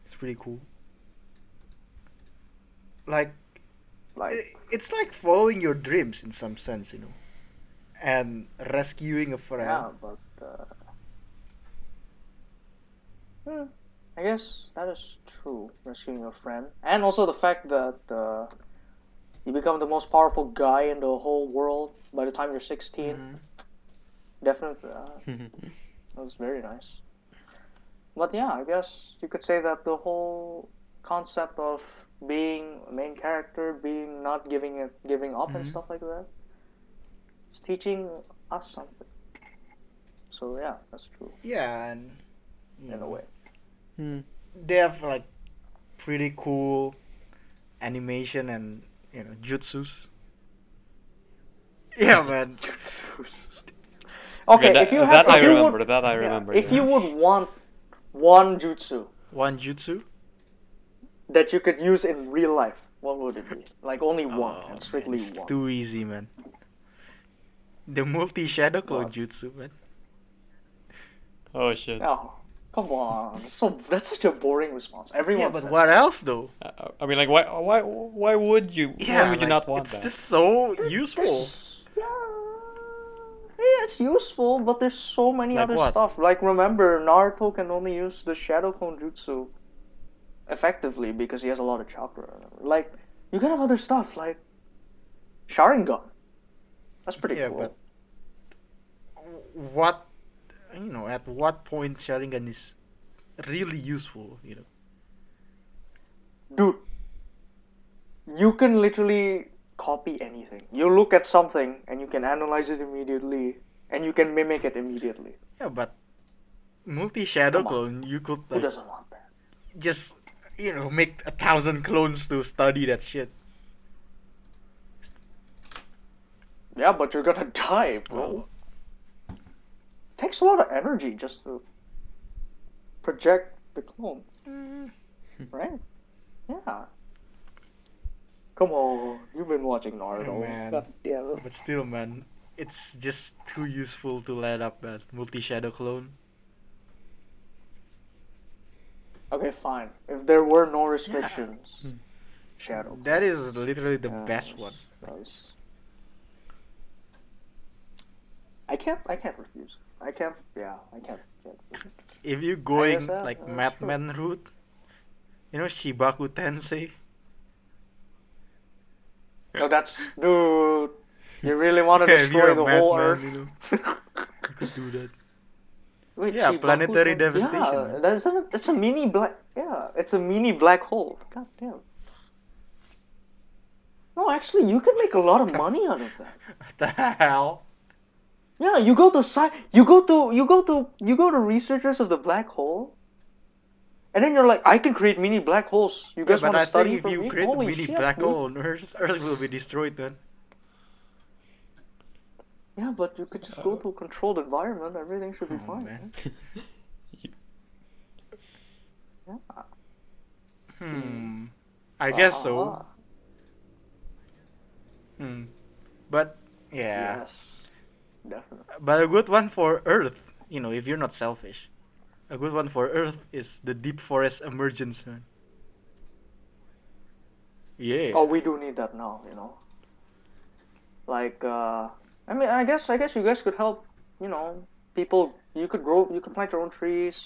Speaker 2: It's pretty cool. Like
Speaker 1: Like,
Speaker 2: it's like following your dreams in some sense, you know, and
Speaker 1: yeah,
Speaker 2: rescuing a friend.
Speaker 1: but uh, hmm, I guess that is true. Rescuing a friend, and also the fact that uh, you become the most powerful guy in the whole world by the time you're 16.
Speaker 2: Mhm.
Speaker 1: Definitely, uh, that was very nice. But yeah, I guess you could say that the whole concept of being a main character, being not giving it, giving up, and stuff like that, is teaching us something. So yeah, that's true
Speaker 2: Yeah, and you
Speaker 1: in a
Speaker 2: know,
Speaker 1: way.
Speaker 2: they have like pretty cool animation and you know jutsus. Yeah, man.
Speaker 1: okay,
Speaker 3: that,
Speaker 1: if you
Speaker 3: that
Speaker 1: had,
Speaker 3: I
Speaker 1: if you
Speaker 3: remember.
Speaker 1: would,
Speaker 3: that I
Speaker 1: yeah,
Speaker 3: remember.
Speaker 1: if you would want one jutsu
Speaker 2: One jutsu.
Speaker 1: that you could use in real life, what would it be? Like only one,
Speaker 3: Oh,
Speaker 1: and strictly
Speaker 2: It's
Speaker 1: one.
Speaker 2: too easy, man. The multi shadow clone
Speaker 1: What?
Speaker 2: jutsu, man.
Speaker 3: Oh shit.
Speaker 1: Oh, come on. So that's such a boring response. Everyone.
Speaker 2: Yeah, but
Speaker 1: says
Speaker 2: what
Speaker 1: that.
Speaker 2: else though?
Speaker 3: Uh, I- I mean, like, why, why, why would you?
Speaker 2: Yeah,
Speaker 3: why would you
Speaker 2: like,
Speaker 3: not want
Speaker 2: it's
Speaker 3: that?
Speaker 2: just so useful.
Speaker 1: Yeah. Yeah, it's useful, but there's so many
Speaker 2: Like
Speaker 1: other
Speaker 2: what?
Speaker 1: stuff. Like remember, Naruto can only use the Shadow Clone Jutsu effectively because he has a lot of chakra. Like you can have other stuff like Sharingan. That's pretty
Speaker 2: Yeah,
Speaker 1: cool.
Speaker 2: but what you know at what point Sharingan is really useful, you know?
Speaker 1: dude you can literally copy anything you look at something and you can analyze it immediately and you can mimic it immediately
Speaker 2: Yeah, but multi shadow
Speaker 1: Come on.
Speaker 2: clone, you could
Speaker 1: who
Speaker 2: like,
Speaker 1: doesn't want that
Speaker 2: just you know make a thousand clones to study that shit.
Speaker 1: yeah but you're gonna die bro takes a lot of energy just to project the clone right yeah come on you've been watching naruto
Speaker 2: Oh, man.
Speaker 1: God damn it.
Speaker 2: But still, man, it's just too useful to let up, man. Multi shadow clone.
Speaker 1: okay fine if there were no restrictions shadow
Speaker 2: That is literally the
Speaker 1: Yeah,
Speaker 2: Hmm. best
Speaker 1: that's-
Speaker 2: one.
Speaker 1: that's- I can't. I can't refuse. I can't. Yeah, I can't. can't refuse.
Speaker 2: If you're going
Speaker 1: that-
Speaker 2: like
Speaker 1: that's
Speaker 2: Madman route, you know Shibaku Tensei.
Speaker 1: No, that's dude. You really want to
Speaker 2: Yeah, if you're
Speaker 1: destroy
Speaker 2: a
Speaker 1: the whole
Speaker 2: madman, you
Speaker 1: earth?
Speaker 2: know, you could do that.
Speaker 1: Wait,
Speaker 2: Yeah,
Speaker 1: Shibaku
Speaker 2: planetary
Speaker 1: Tensei-
Speaker 2: devastation,
Speaker 1: Yeah,
Speaker 2: man.
Speaker 1: that's a, that's a mini black. Yeah, it's a mini black hole. God damn. No, actually, you could make a lot of money out of that.
Speaker 2: What the hell?
Speaker 1: Yeah, you go to sci- you go to you go to you go to researchers of the black hole, and then you're like, I can create mini black holes. You
Speaker 2: Yeah,
Speaker 1: guys
Speaker 2: but
Speaker 1: want
Speaker 2: I
Speaker 1: to study
Speaker 2: think if
Speaker 1: for
Speaker 2: you
Speaker 1: me?
Speaker 2: create a
Speaker 1: Holy
Speaker 2: mini
Speaker 1: shit,
Speaker 2: black
Speaker 1: dude.
Speaker 2: hole on Earth, Earth will be destroyed then.
Speaker 1: Yeah, but you could just go to a controlled environment. Everything should be
Speaker 2: Oh,
Speaker 1: fine.
Speaker 2: man.
Speaker 1: Yeah.
Speaker 2: Hmm. I guess so.
Speaker 1: Ah,
Speaker 2: Hmm. But yeah.
Speaker 1: Yes, definitely.
Speaker 2: But a good one for Earth, you know, if you're not selfish. A good one for Earth is the deep forest emergence, man. Yeah.
Speaker 1: Oh, we do need that now. You know, like uh, I mean, I guess I guess you guys could help. You know, people. You could grow. You could plant your own trees.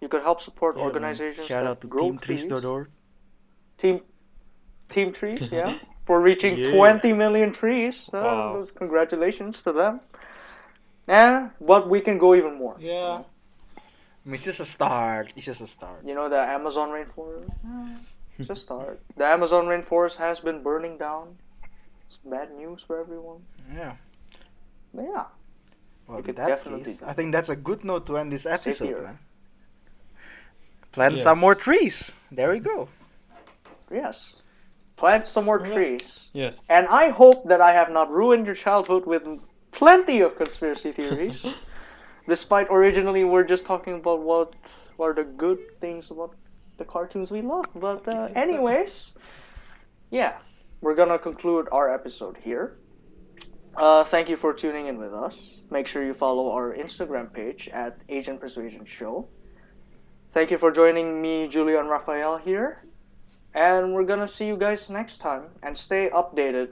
Speaker 1: You could help support
Speaker 2: Yeah, man.
Speaker 1: organizations.
Speaker 2: Shout
Speaker 1: that
Speaker 2: out to
Speaker 1: grow trees.
Speaker 2: teamtrees.org.
Speaker 1: team team trees yeah for reaching
Speaker 2: Yeah.
Speaker 1: 20 million trees Uh,
Speaker 3: Wow.
Speaker 1: congratulations to them and but we can go even more
Speaker 2: Yeah. I mean, it's just a start. It's just a start.
Speaker 1: you know the amazon rainforest yeah, just start the amazon rainforest has been burning down it's bad news for everyone
Speaker 2: Yeah.
Speaker 1: but yeah
Speaker 2: Well,
Speaker 1: We
Speaker 2: in
Speaker 1: could
Speaker 2: that
Speaker 1: definitely
Speaker 2: case,
Speaker 1: do
Speaker 2: I think that's a good note to end this episode,
Speaker 1: here.
Speaker 2: man. Plant some more
Speaker 4: Yes.
Speaker 2: trees. There we go.
Speaker 1: yes plant some more
Speaker 4: Alright.
Speaker 1: trees
Speaker 4: Yes.
Speaker 1: and i hope that i have not ruined your childhood with plenty of conspiracy theories despite originally we're just talking about what are the good things about the cartoons we love. But uh, anyways, yeah, we're gonna conclude our episode here. Uh, thank you for tuning in with us. Make sure you follow our Instagram page at Asian Persuasion Show. Thank you for joining me, Julia and Raphael here, And we're gonna see you guys next time and stay updated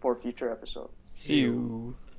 Speaker 1: for future episodes.
Speaker 3: See you.